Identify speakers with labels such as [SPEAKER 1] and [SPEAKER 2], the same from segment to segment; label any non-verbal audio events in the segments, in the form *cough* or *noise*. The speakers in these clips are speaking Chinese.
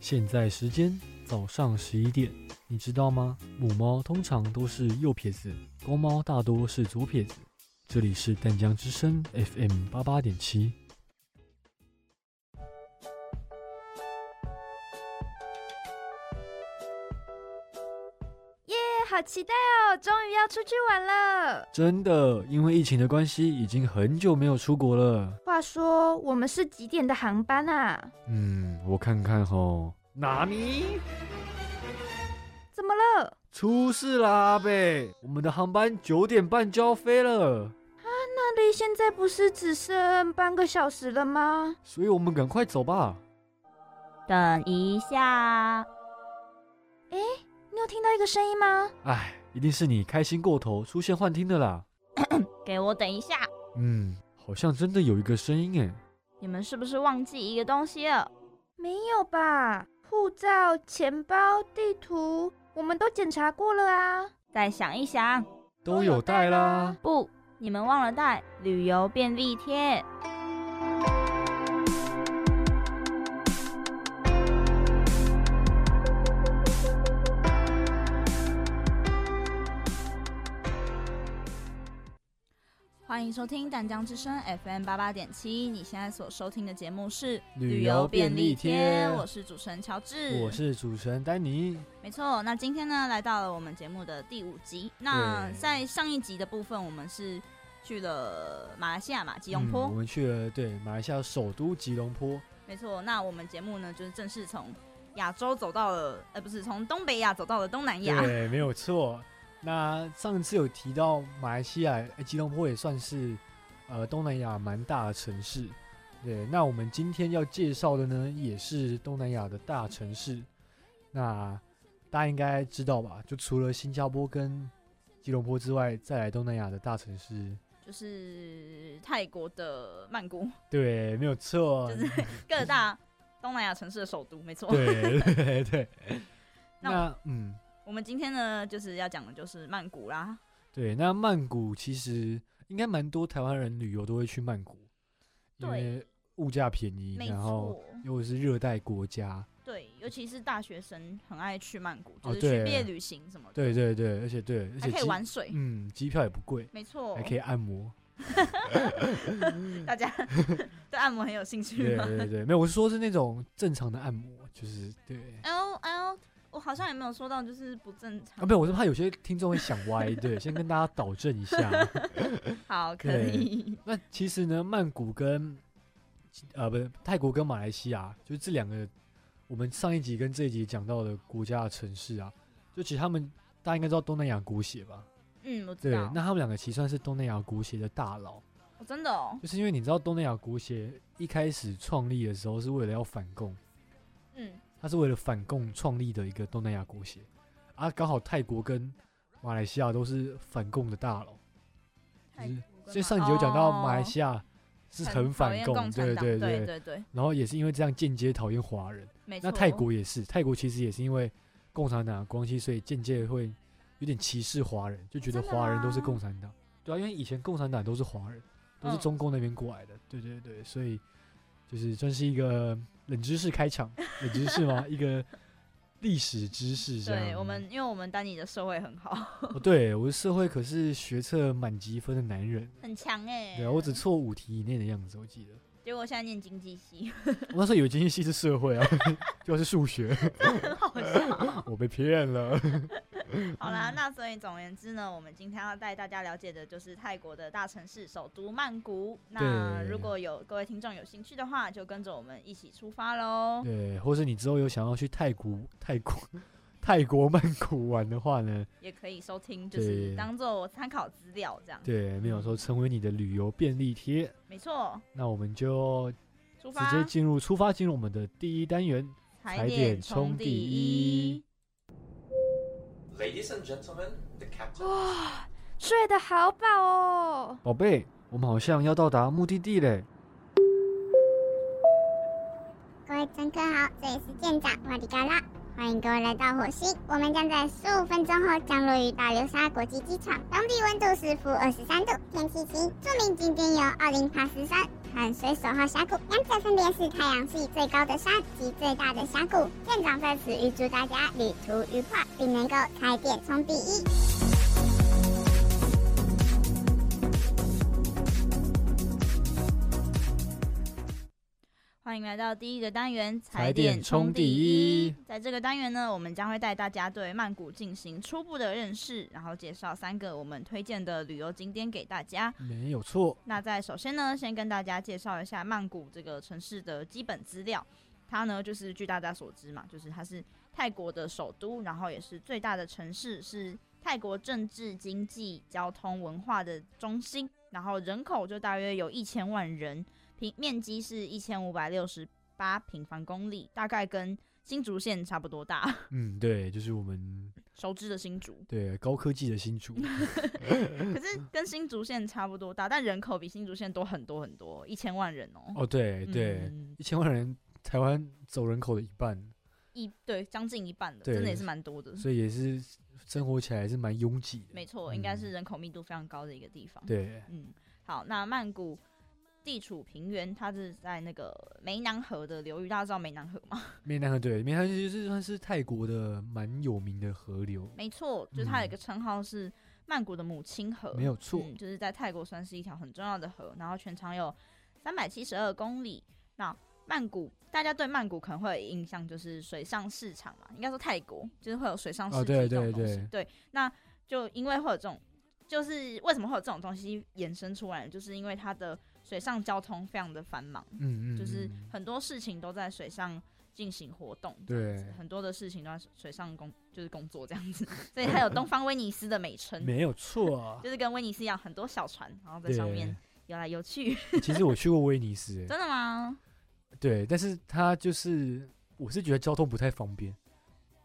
[SPEAKER 1] 现在时间早上十一点，你知道吗？母猫通常都是右撇子，公猫大多是左撇子。这里是淡江之声 FM 八八点七。
[SPEAKER 2] 耶、好期待哦！终于要出去玩了。
[SPEAKER 1] 真的，因为疫情的关系，已经很久没有出国了。
[SPEAKER 2] 话说，我们是几点的航班啊？
[SPEAKER 1] 嗯，我看看吼，纳米
[SPEAKER 2] 怎么了？
[SPEAKER 1] 出事啦，阿贝，我们的航班九点半就要飞了，
[SPEAKER 2] 那离现在不是只剩半个小时了吗？
[SPEAKER 1] 所以我们赶快走吧。
[SPEAKER 3] 等一下，
[SPEAKER 2] 你有听到一个声音吗？
[SPEAKER 1] 哎，一定是你开心过头，出现幻听的啦。
[SPEAKER 3] 给我等一下！
[SPEAKER 1] 嗯，好像真的有一个声音哎。
[SPEAKER 3] 你们是不是忘记一个东西了？
[SPEAKER 2] 没有吧？护照、钱包、地图，我们都检查过了啊。
[SPEAKER 3] 再想一想，
[SPEAKER 1] 都有带啦。
[SPEAKER 3] 不，你们忘了带旅游便利贴。欢迎收听淡江之声 FM 八八点七，你现在所收听的节目是
[SPEAKER 1] 旅游便利贴
[SPEAKER 3] 我是主持人乔治，
[SPEAKER 1] 我是主持人丹尼。
[SPEAKER 3] 没错，那今天呢，来到了我们节目的第五集。那
[SPEAKER 1] 对
[SPEAKER 3] 在上一集的部分，我们是去了马来西亚嘛，吉隆
[SPEAKER 1] 嗯
[SPEAKER 3] 坡。
[SPEAKER 1] 我们去了对马来西亚首都吉隆坡。
[SPEAKER 3] 没错，那我们节目呢，就是正式从亚洲走到了，呃，不是从东北亚走到了东南亚。
[SPEAKER 1] 对，没有错。那上次有提到马来西亚，诶吉隆坡也算是呃东南亚蛮大的城市。对，那我们今天要介绍的呢，也是东南亚的大城市。那大家应该知道吧？就除了新加坡跟吉隆坡之外，再来东南亚的大城市，
[SPEAKER 3] 就是泰国的曼谷， *laughs*
[SPEAKER 1] 对，没有错，
[SPEAKER 3] 就是各大东南亚城市的首都。没错，
[SPEAKER 1] 对对对。
[SPEAKER 3] 哦 *laughs* 那
[SPEAKER 1] 那嗯，
[SPEAKER 3] 我们今天呢，就是要讲的就是曼谷啦。
[SPEAKER 1] 对，那曼谷其实应该蛮多台湾人旅游都会去曼谷，因
[SPEAKER 3] 对
[SPEAKER 1] 为物价便宜，
[SPEAKER 3] 没
[SPEAKER 1] 然后
[SPEAKER 3] 错，
[SPEAKER 1] 又是热带国家，
[SPEAKER 3] 对，尤其是大学生很爱去曼谷，
[SPEAKER 1] 哦
[SPEAKER 3] 就是去
[SPEAKER 1] 对
[SPEAKER 3] 毕业旅行什么的。
[SPEAKER 1] 对对对，而且对，而
[SPEAKER 3] 还
[SPEAKER 1] 且
[SPEAKER 3] 可以
[SPEAKER 1] 机
[SPEAKER 3] 玩水，哦
[SPEAKER 1] 嗯，机票也不贵，
[SPEAKER 3] 没错
[SPEAKER 1] 还，可以按
[SPEAKER 3] *laughs*
[SPEAKER 1] 摩。
[SPEAKER 3] 大家 *laughs* 对按摩很有兴趣
[SPEAKER 1] 对
[SPEAKER 3] 吗？
[SPEAKER 1] 对对对，没有，我是说是那种正常的按摩，就是对。
[SPEAKER 3] 哎呦哎呦，我好像也没有说到，就是不正
[SPEAKER 1] 啊，
[SPEAKER 3] 常。
[SPEAKER 1] 没有，我是怕有些听众会想歪，对，先跟大家导正一下。
[SPEAKER 3] 好，可以。
[SPEAKER 1] 那其实呢，曼谷跟呃，不是泰国跟马来西亚，就是这两个我们上一集跟这一集讲到的国家的城市啊，就其实他们大家应该知道东南亚国血吧？
[SPEAKER 3] 嗯，我知
[SPEAKER 1] 对，
[SPEAKER 3] 道
[SPEAKER 1] 那，他们两个其实算是东南亚国血的大佬，
[SPEAKER 3] 我真的哦，
[SPEAKER 1] 就是因为你知道东南亚国血一开始创立的时候是为了要反共，
[SPEAKER 3] 嗯，
[SPEAKER 1] 它是为了反共创立的一个东南亚国协啊，刚好泰国跟马来西亚都是反共的大佬，
[SPEAKER 3] 泰
[SPEAKER 1] 就是
[SPEAKER 3] 国跟
[SPEAKER 1] 所以上一集有讲到马来
[SPEAKER 3] 亚
[SPEAKER 1] 西亚是很
[SPEAKER 3] 讨
[SPEAKER 1] 反
[SPEAKER 3] 厌
[SPEAKER 1] 共，
[SPEAKER 3] 共产
[SPEAKER 1] 对
[SPEAKER 3] 党
[SPEAKER 1] 对
[SPEAKER 3] 对对对，
[SPEAKER 1] 然后也是因为这样间接讨厌华人。
[SPEAKER 3] 没错。
[SPEAKER 1] 那泰国也是，泰国其实也是因为共产党的关系，所以间接会有点歧视华人，就觉得
[SPEAKER 3] 真的啊
[SPEAKER 1] 华人都是
[SPEAKER 3] 吗
[SPEAKER 1] 共产党。对啊，因为以前共产党都是华人，都是
[SPEAKER 3] 嗯
[SPEAKER 1] 中共那边过来的。对对对，所以就是算是一个冷知识开
[SPEAKER 3] *laughs*
[SPEAKER 1] 场，冷知识吗？一个历史知识这样。
[SPEAKER 3] 对我们，因为我们丹尼的社会很
[SPEAKER 1] *laughs*
[SPEAKER 3] 好，
[SPEAKER 1] 哦，对我的社会可是学测满级分的男人。
[SPEAKER 3] 很强 *laughs* 哎。
[SPEAKER 1] 对啊，我只错五题以内的样子，我记得。
[SPEAKER 3] 结果现在念经济系，
[SPEAKER 1] 我那时候以为经济系是社会啊， *laughs* 就是数学，
[SPEAKER 3] 很好笑。
[SPEAKER 1] 我被骗了。 *laughs*
[SPEAKER 3] 好
[SPEAKER 1] 嗯
[SPEAKER 3] 啦，那所以总而言之呢，我们今天要带大家了解的就是泰国的大城市首都曼谷。那
[SPEAKER 1] 对
[SPEAKER 3] 如果有各位听众有兴趣的话，就跟着我们一起出发喽。
[SPEAKER 1] 对，或是你之后有想要去泰国、泰国、泰国曼谷玩的话呢，
[SPEAKER 3] 也可以收听，就是
[SPEAKER 1] 对
[SPEAKER 3] 当做参考资料这样。
[SPEAKER 1] 对，没有说成为你的旅游便利贴。
[SPEAKER 3] 没错，
[SPEAKER 1] 那我们就直
[SPEAKER 3] 出发，
[SPEAKER 1] 接进入出发，进入我们的第一单元。踩点冲第一。
[SPEAKER 4] Ladies and gentlemen, the captain. *laughs*
[SPEAKER 2] 睡得好饱哦。
[SPEAKER 1] 宝贝，我们好像要到达目的地嘞。
[SPEAKER 5] 各位乘客好，这里是舰长瓦迪嘎拉，欢迎各位来到火星。我们将在十五分钟后降落于大流沙国际机场，当地温度是负二十三度，天气晴。著名景点有奥林帕斯山、和水手号峡谷，两者分别是太阳系最高的山及最大的峡谷。舰长在此预祝大家旅途愉快，并能够开店冲第一。
[SPEAKER 3] 欢迎来到第一个单元
[SPEAKER 1] 踩点冲第一。
[SPEAKER 3] 在这个单元呢，我们将会带大家对曼谷进行初步的认识，然后介绍三个我们推荐的旅游景点给大家。
[SPEAKER 1] 没有错。
[SPEAKER 3] 那在首先呢，先跟大家介绍一下曼谷这个城市的基本资料。它呢，就是据大家所知嘛，就是它是泰国的首都，然后也是最大的城市，是泰国政治、经济、交通、文化的中心。然后人口就大约有一千万人，平面积是一千五百六十八平方公里，大概跟新竹县差不多大，
[SPEAKER 1] *laughs* 嗯，对，就是我们
[SPEAKER 3] 熟知的新竹。
[SPEAKER 1] 对高科技的新
[SPEAKER 3] *laughs*
[SPEAKER 1] 竹，
[SPEAKER 3] 可是跟新竹县差不多大，但人口比新竹县多很多很多，一千万人哦。
[SPEAKER 1] 哦，对对，
[SPEAKER 3] 嗯
[SPEAKER 1] 一千万人，台湾走人口的一半，
[SPEAKER 3] 一对将近一半的，
[SPEAKER 1] 对
[SPEAKER 3] 真的也是蛮多的。
[SPEAKER 1] 所以也是生活起来是蛮拥挤的。
[SPEAKER 3] 没错，应该是人口密度非常高的一个地方。，
[SPEAKER 1] 嗯对，
[SPEAKER 3] 嗯，好，那曼谷地处平原，它是在那个湄南河的流域，大家知道湄南河吗？
[SPEAKER 1] 湄南河对，湄南河其实算是泰国的蛮有名的河流，
[SPEAKER 3] 没错，就是它有一个称号是曼谷的母亲河，
[SPEAKER 1] 嗯没有错。
[SPEAKER 3] 嗯，就是在泰国算是一条很重要的河，然后全长有三百七十二公里。那曼谷，大家对曼谷可能会有印象就是水上市场嘛，应该说泰国就是会有水上市
[SPEAKER 1] 哦
[SPEAKER 3] 集
[SPEAKER 1] 对
[SPEAKER 3] 这
[SPEAKER 1] 对
[SPEAKER 3] 种东西。
[SPEAKER 1] 对
[SPEAKER 3] 那就因为会有这种，就是为什么会有这种东西衍生出来，就是因为它的水上交通非常的繁忙，
[SPEAKER 1] 嗯嗯，
[SPEAKER 3] 就是
[SPEAKER 1] 嗯
[SPEAKER 3] 很多事情都在水上进行活动，
[SPEAKER 1] 对，
[SPEAKER 3] 很多的事情都在水上工就是工作这样子， *laughs* 所以它有东方威尼斯的美称。
[SPEAKER 1] 没有错啊。
[SPEAKER 3] *laughs* 就是跟威尼斯一样，很多小船，然后在
[SPEAKER 1] 对，
[SPEAKER 3] 上面游来游去。
[SPEAKER 1] 其实我去过威尼斯，欸
[SPEAKER 3] *laughs* 真的吗？
[SPEAKER 1] 对，但是它就是我是觉得交通不太方便，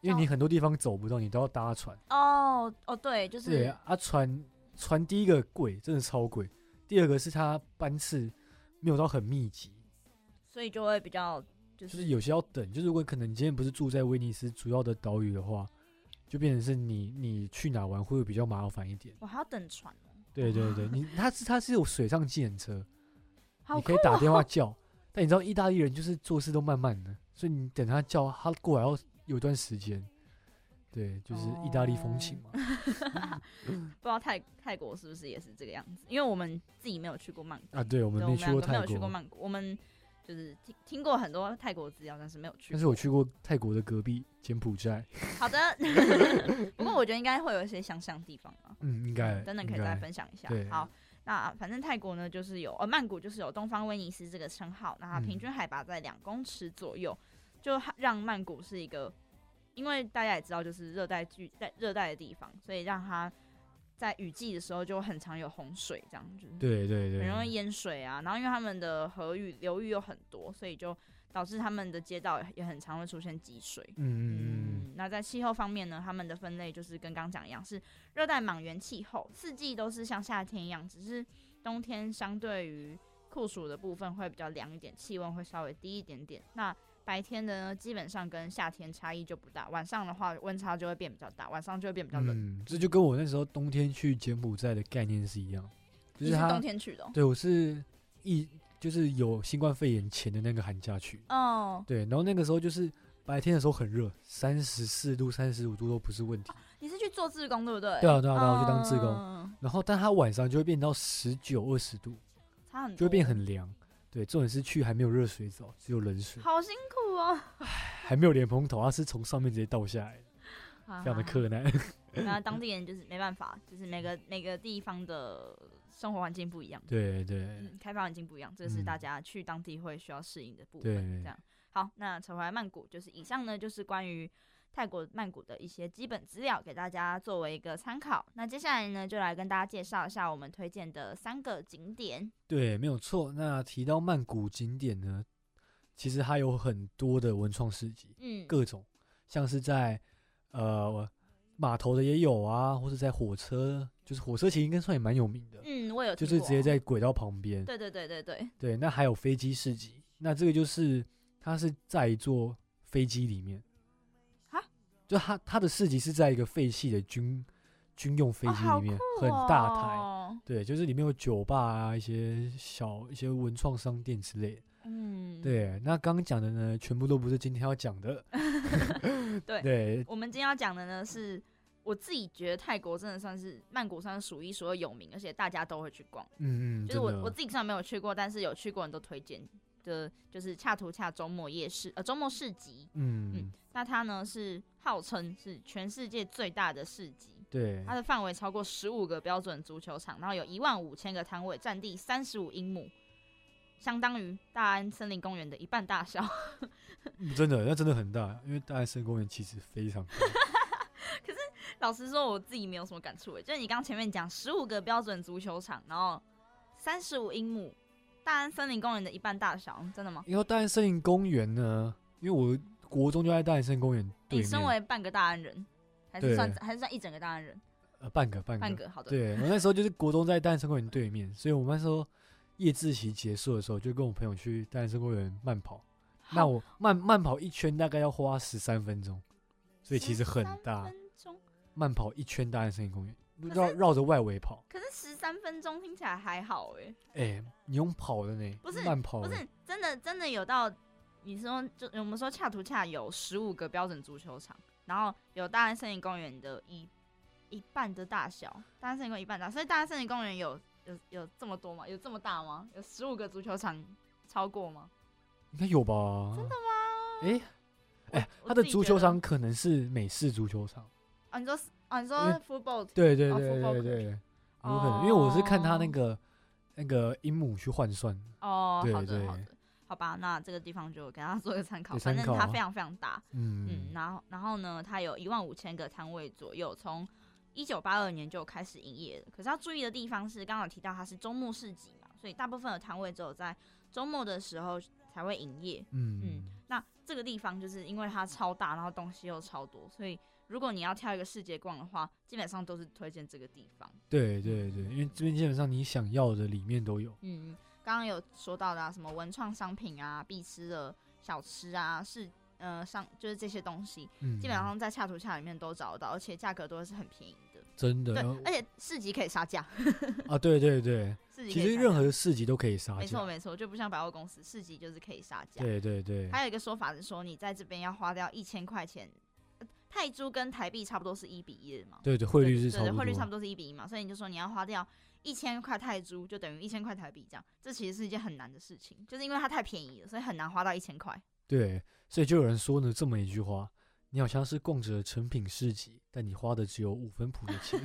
[SPEAKER 1] 因为你
[SPEAKER 3] 哦
[SPEAKER 1] 很多地方走不到，你都要搭船。
[SPEAKER 3] 哦哦，对，就
[SPEAKER 1] 对
[SPEAKER 3] 是
[SPEAKER 1] 啊，船船第一个贵，真的超贵；第二个是它班次没有到很密集，
[SPEAKER 3] 所以就会比较
[SPEAKER 1] 就
[SPEAKER 3] 就
[SPEAKER 1] 是是有些要等。就是如果可能你今天不是住在威尼斯主要的岛屿的话，就变成是你你去哪玩会比较麻烦一点。
[SPEAKER 3] 我还要等船哦，
[SPEAKER 1] 对对对，你它是它是有水上计程车，
[SPEAKER 3] 好
[SPEAKER 1] 你
[SPEAKER 3] 酷
[SPEAKER 1] 可以打
[SPEAKER 3] 哦
[SPEAKER 1] 电话叫，但你知道意大利人就是做事都慢慢的，所以你等他叫他过来要有一段时间。对，就是意大利风情嘛。
[SPEAKER 3] 哦不知道泰泰国是不是也是这个样子？因为我们自己没有去过曼谷，
[SPEAKER 1] 啊，对，我
[SPEAKER 3] 对
[SPEAKER 1] 们
[SPEAKER 3] 我
[SPEAKER 1] 没
[SPEAKER 3] 们
[SPEAKER 1] 去
[SPEAKER 3] 两
[SPEAKER 1] 过
[SPEAKER 3] 个没
[SPEAKER 1] 泰
[SPEAKER 3] 有去过
[SPEAKER 1] 国，
[SPEAKER 3] 曼谷，我们就是听听过很多泰国资料，但是没有去。
[SPEAKER 1] 但是我。去过泰国的隔壁柬埔寨。*laughs*
[SPEAKER 3] 好的，不过我觉得应该会有一些相像地方
[SPEAKER 1] *laughs*
[SPEAKER 3] 吧。
[SPEAKER 1] 嗯，应该
[SPEAKER 3] 等等
[SPEAKER 1] 应
[SPEAKER 3] 可以再
[SPEAKER 1] 该
[SPEAKER 3] 分享一下
[SPEAKER 1] 对。
[SPEAKER 3] 好，那啊反正泰国呢，就是有呃曼谷就是有东方威尼斯这个称号，那它平
[SPEAKER 1] 嗯
[SPEAKER 3] 均海拔在两公尺左右，就哈让曼谷是一个，因为大家也知道就是热带剧在热带的地方，所以让它在雨季的时候就很常有洪水这样子，
[SPEAKER 1] 对对嗯对，
[SPEAKER 3] 很容易淹水啊。然后因为他们的河域流域又很多，所以就导致他们的街道也很常会出现积水。
[SPEAKER 1] 嗯嗯嗯嗯，
[SPEAKER 3] 嗯，那在气候方面呢，他们的分类就是跟刚讲一样，是热带莽原气候，四季都是像夏天一样，只是冬天相对于酷暑的部分会比较凉一点，气温会稍微低一点点。那白天的呢，基本上跟夏天差异就不大，晚上的话温差就会变比较大，晚上就会变比较冷。
[SPEAKER 1] 嗯，这就跟我那时候冬天去柬埔寨的概念是一样，就
[SPEAKER 3] 你
[SPEAKER 1] 是
[SPEAKER 3] 是
[SPEAKER 1] 他
[SPEAKER 3] 冬，天去的哦
[SPEAKER 1] 对我是一就是有新冠肺炎前的那个寒假去，
[SPEAKER 3] 哦，
[SPEAKER 1] 对，然后那个时候就是白天的时候很热，三十四度、三十五度都不是问题，
[SPEAKER 3] 你是去做志工对不对？
[SPEAKER 1] 对啊对啊对啊我去当志工
[SPEAKER 3] 嗯
[SPEAKER 1] 然后但它晚上就会变到十九、二十度，
[SPEAKER 3] 差很多，
[SPEAKER 1] 就会变很凉。对，重点是去还没有热水澡，只有冷水，
[SPEAKER 3] 好辛苦哦，
[SPEAKER 1] 还没有莲蓬头，它是从上面直接倒下来的，
[SPEAKER 3] 非
[SPEAKER 1] 非常的困难。 *laughs*
[SPEAKER 3] 那当地人就是没办法，就是每个每个地方的生活环境不一样，
[SPEAKER 1] 对对
[SPEAKER 3] 嗯，开发环境不一样，这是
[SPEAKER 1] 嗯
[SPEAKER 3] 大家去当地会需要适应的部
[SPEAKER 1] 对
[SPEAKER 3] 分。这样好，那扯回来曼谷，就是以上呢就是关于泰国曼谷的一些基本资料，给大家作为一个参考。那接下来呢，就来跟大家介绍一下我们推荐的三个景点。
[SPEAKER 1] 对，没有错。那提到曼谷景点呢，其实它有很多的文创市集，
[SPEAKER 3] 嗯，
[SPEAKER 1] 各种像是在呃码头的也有啊，或是在火车，就是火车其实应该算也蛮有名的，
[SPEAKER 3] 嗯，我有
[SPEAKER 1] 就
[SPEAKER 3] 听
[SPEAKER 1] 是直接
[SPEAKER 3] 过
[SPEAKER 1] 在轨道旁边。
[SPEAKER 3] 对对对对对，
[SPEAKER 1] 对，那还有飞机市集，那这个就是它是在一座飞机里面
[SPEAKER 3] 哈，
[SPEAKER 1] 就它它的市集是在一个废弃的军军用飞
[SPEAKER 3] 哦
[SPEAKER 1] 机
[SPEAKER 3] 好
[SPEAKER 1] 里面，
[SPEAKER 3] 酷
[SPEAKER 1] 很大台。
[SPEAKER 3] 哦
[SPEAKER 1] 对，就是里面有酒吧啊，一些小一些文创商店之类的。
[SPEAKER 3] 嗯，，
[SPEAKER 1] 对，那刚刚讲的呢，全部都不是今天要讲的。
[SPEAKER 3] *laughs* 对
[SPEAKER 1] 对
[SPEAKER 3] 我们今天要讲的呢是。我自己觉得泰国真的算是曼谷算是数一数二有名，而且大家都会去逛。
[SPEAKER 1] 嗯嗯，
[SPEAKER 3] 就是
[SPEAKER 1] 真
[SPEAKER 3] 我
[SPEAKER 1] 的
[SPEAKER 3] 我自己虽然没有去过，但是有去过人都推荐的，就是恰图恰周末夜市呃周末市集。嗯
[SPEAKER 1] 嗯，
[SPEAKER 3] 那它呢是号称是全世界最大的市集，
[SPEAKER 1] 对
[SPEAKER 3] 它，的范围超过十五个标准足球场，然后有一万五千个摊位，占地三十五英亩，相当于大安森林公园的一半大小。
[SPEAKER 1] 嗯真的那真的很大，因为大安森林公园其实非常大
[SPEAKER 3] 老实说，我自己没有什么感触诶，就是你刚前面讲十五个标准足球场，然后三十五英亩，大安森林公园的一半大小，真的吗？
[SPEAKER 1] 因为大安森林公园呢，因为我国中就在大安森林公园对
[SPEAKER 3] 你身
[SPEAKER 1] 面，
[SPEAKER 3] 为半个大安人，还是
[SPEAKER 1] 对
[SPEAKER 3] 算还是算一整个大安人，
[SPEAKER 1] 呃，半个半个
[SPEAKER 3] 半个好的。
[SPEAKER 1] 对我那时候就是国中在大安森林公园对面，所以我们那时候夜自习结束的时候，就跟我朋友去大安森林公园慢跑。那
[SPEAKER 3] 好
[SPEAKER 1] 我慢慢跑一圈大概要花十三分钟，所以其实很
[SPEAKER 3] 13
[SPEAKER 1] 大。
[SPEAKER 3] 分钟，
[SPEAKER 1] 慢跑一圈大安森林公园，
[SPEAKER 3] 是
[SPEAKER 1] 绕绕着外围跑。
[SPEAKER 3] 可是十三分钟听起来还好哎、
[SPEAKER 1] 哎、你用跑的呢？
[SPEAKER 3] 不是
[SPEAKER 1] 慢跑
[SPEAKER 3] 不
[SPEAKER 1] 的，
[SPEAKER 3] 是真的真的有到你说就我们说恰图恰有十五个标准足球场，然后有大安森林公园的一一半的大小，大安森林公园一半大，所以大安森林公园有有有这么多吗？有这么大吗？有十五个足球场超过吗？
[SPEAKER 1] 应该有吧？
[SPEAKER 3] 真的吗？
[SPEAKER 1] 哎、哎、
[SPEAKER 3] 我
[SPEAKER 1] 他的
[SPEAKER 3] 自己
[SPEAKER 1] 足
[SPEAKER 3] 觉
[SPEAKER 1] 球
[SPEAKER 3] 得
[SPEAKER 1] 场可能是美式足球场。
[SPEAKER 3] 啊，你说啊，你说
[SPEAKER 1] 因为
[SPEAKER 3] football
[SPEAKER 1] 对对
[SPEAKER 3] 哦
[SPEAKER 1] 对
[SPEAKER 3] ，football
[SPEAKER 1] 对
[SPEAKER 3] court
[SPEAKER 1] 对，有可能，因为我是看他那
[SPEAKER 3] 哦
[SPEAKER 1] 个那个英母去换算的。
[SPEAKER 3] 哦，
[SPEAKER 1] 对
[SPEAKER 3] 好的
[SPEAKER 1] 对
[SPEAKER 3] 好的，好吧，那这个地方就给大家做个参考，
[SPEAKER 1] 对 *laughs*
[SPEAKER 3] 反
[SPEAKER 1] 参
[SPEAKER 3] 正
[SPEAKER 1] 考
[SPEAKER 3] 它
[SPEAKER 1] 啊
[SPEAKER 3] 非常非常大，嗯，
[SPEAKER 1] 嗯，
[SPEAKER 3] 然后然后呢，它有一万五千个摊位左右，从一九八二年就开始营业了。可是要注意的地方是，刚刚有提到它是周末市集嘛，所以大部分的摊位只有在周末的时候才会营业。
[SPEAKER 1] 嗯
[SPEAKER 3] 嗯，那这个地方就是因为它超大，然后东西又超多，所以如果你要挑一个市集逛的话，基本上都是推荐这个地方。
[SPEAKER 1] 对对对，因为这边基本上你想要的里面都有。
[SPEAKER 3] 嗯，刚刚有说到的、啊、什么文创商品啊、必吃的小吃啊，是呃上就是这些东西，
[SPEAKER 1] 嗯，
[SPEAKER 3] 基本上在恰图恰里面都找得到，而且价格都是很便宜的。
[SPEAKER 1] 真的
[SPEAKER 3] 对，哎而
[SPEAKER 1] 呃
[SPEAKER 3] 且市集可以杀价， *laughs*
[SPEAKER 1] 啊，对对对，
[SPEAKER 3] 市集
[SPEAKER 1] 其实
[SPEAKER 3] 可以杀
[SPEAKER 1] 任
[SPEAKER 3] 价
[SPEAKER 1] 何的市集都可以杀
[SPEAKER 3] 没错
[SPEAKER 1] 价。
[SPEAKER 3] 没错，就不像百货公司，市集就是可以杀
[SPEAKER 1] 啊
[SPEAKER 3] 价。
[SPEAKER 1] 对对对，
[SPEAKER 3] 还有一个说法是说，你在这边要花掉一千块钱，呃泰铢跟台币差不多是一比一的嘛，
[SPEAKER 1] 对对，汇率
[SPEAKER 3] 对
[SPEAKER 1] 是
[SPEAKER 3] 对
[SPEAKER 1] 差不
[SPEAKER 3] 对
[SPEAKER 1] 多，
[SPEAKER 3] 汇率差不多是一比一嘛，所以你就说你要花掉一千块泰铢，就等于一千块台币这样，这其实是一件很难的事情，就是因为它太便宜了，所以很难花到一千块。
[SPEAKER 1] 对，所以就有人说呢这么一句话：你好像是逛着成品市集，但你花的只有五分谱的
[SPEAKER 3] *laughs*
[SPEAKER 1] 钱。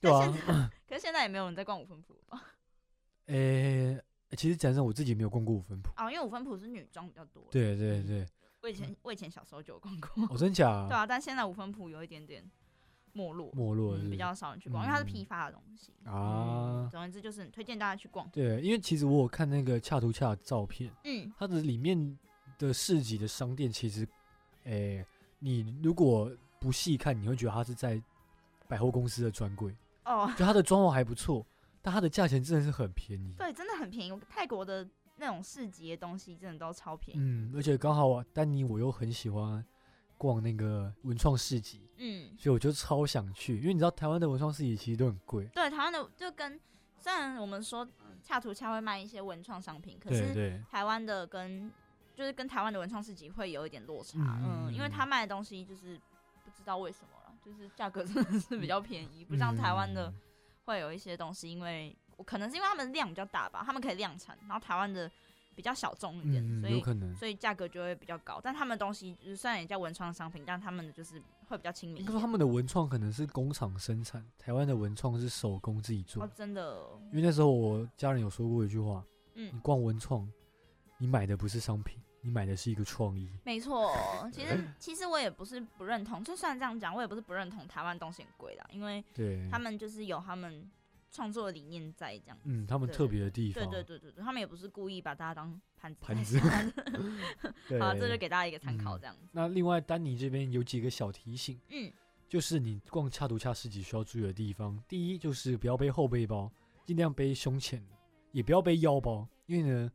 [SPEAKER 1] 对
[SPEAKER 3] 但
[SPEAKER 1] 啊
[SPEAKER 3] 现，可是现在也没有人在逛五分铺了吧？
[SPEAKER 1] 诶、其实讲真，我自己没有逛过五分谱。
[SPEAKER 3] 哦，因为五分铺是女装比较多。，
[SPEAKER 1] 对对对，
[SPEAKER 3] 我以前我以前小时候就有逛过。
[SPEAKER 1] 哦，真假？
[SPEAKER 3] 对啊，但现在五分铺有一点点没落，
[SPEAKER 1] 没落了
[SPEAKER 3] 嗯
[SPEAKER 1] 是不
[SPEAKER 3] 比
[SPEAKER 1] 是
[SPEAKER 3] 较少人去逛，因为它是批
[SPEAKER 1] 嗯
[SPEAKER 3] 发的东西。嗯
[SPEAKER 1] 啊。
[SPEAKER 3] 总而言之，就是很推荐大家去逛。
[SPEAKER 1] 对，因为其实我有看那个恰图恰的照片，
[SPEAKER 3] 嗯，
[SPEAKER 1] 它的里面的市集的商店，其实，诶、你如果不细看，你会觉得它是在百货公司的专柜，
[SPEAKER 3] 哦，
[SPEAKER 1] 就它的装潢还不错，但它的价钱真的是很便宜。
[SPEAKER 3] 对，真的很便宜。泰国的那种市集的东西真的都超便宜。
[SPEAKER 1] 嗯，而且刚好啊，丹尼我又很喜欢逛那个文创市集，
[SPEAKER 3] 嗯，
[SPEAKER 1] 所以我就超想去，因为你知道台湾的文创市集其实都很贵。
[SPEAKER 3] 对，台湾的就跟虽然我们说恰图恰会卖一些文创商品，可
[SPEAKER 1] 对
[SPEAKER 3] 是
[SPEAKER 1] 对
[SPEAKER 3] 台湾的跟就是跟台湾的文创市集会有一点落差。
[SPEAKER 1] 嗯
[SPEAKER 3] 嗯，因为他卖的东西就是不知道为什么了，就是价格真的是比较便宜，不像台湾的。
[SPEAKER 1] 嗯
[SPEAKER 3] 会有一些东西，因为我可能是因为他们量比较大吧，他们可以量产，然后台湾的比较小众一点，
[SPEAKER 1] 嗯，
[SPEAKER 3] 所
[SPEAKER 1] 有
[SPEAKER 3] 以
[SPEAKER 1] 可能。
[SPEAKER 3] 所以价格就会比较高。但他们的东西就是虽然也叫文创商品，但他们的就是会比较亲民一
[SPEAKER 1] 应
[SPEAKER 3] 点。
[SPEAKER 1] 该说他们的文创可能是工厂生产，台湾的文创是手工自己做
[SPEAKER 3] 哦，。真的，
[SPEAKER 1] 因为那时候我家人有说过一句话：你
[SPEAKER 3] 嗯，
[SPEAKER 1] 逛文创，你买的不是商品，你买的是一个创意。
[SPEAKER 3] 没错。哦
[SPEAKER 1] *laughs*
[SPEAKER 3] 其实其实我也不是不认同，就算这样讲，我也不是不认同台湾东西很贵啦，因为
[SPEAKER 1] 对，
[SPEAKER 3] 他们就是有他们创作的理念在这样。
[SPEAKER 1] 嗯，他们
[SPEAKER 3] 对
[SPEAKER 1] 特别的地方
[SPEAKER 3] 对，对对对对，他们也不是故意把大家当盘子在
[SPEAKER 1] 盘子
[SPEAKER 3] 杀的。
[SPEAKER 1] *laughs* 对
[SPEAKER 3] 好，这就给大家一个参考，
[SPEAKER 1] 嗯
[SPEAKER 3] 这样子。
[SPEAKER 1] 那另外丹尼这边有几个小提醒。
[SPEAKER 3] 嗯，
[SPEAKER 1] 就是你逛恰图恰市集需要注意的地方，第一就是不要背后背包，尽量背胸前，也不要背腰包，因为呢，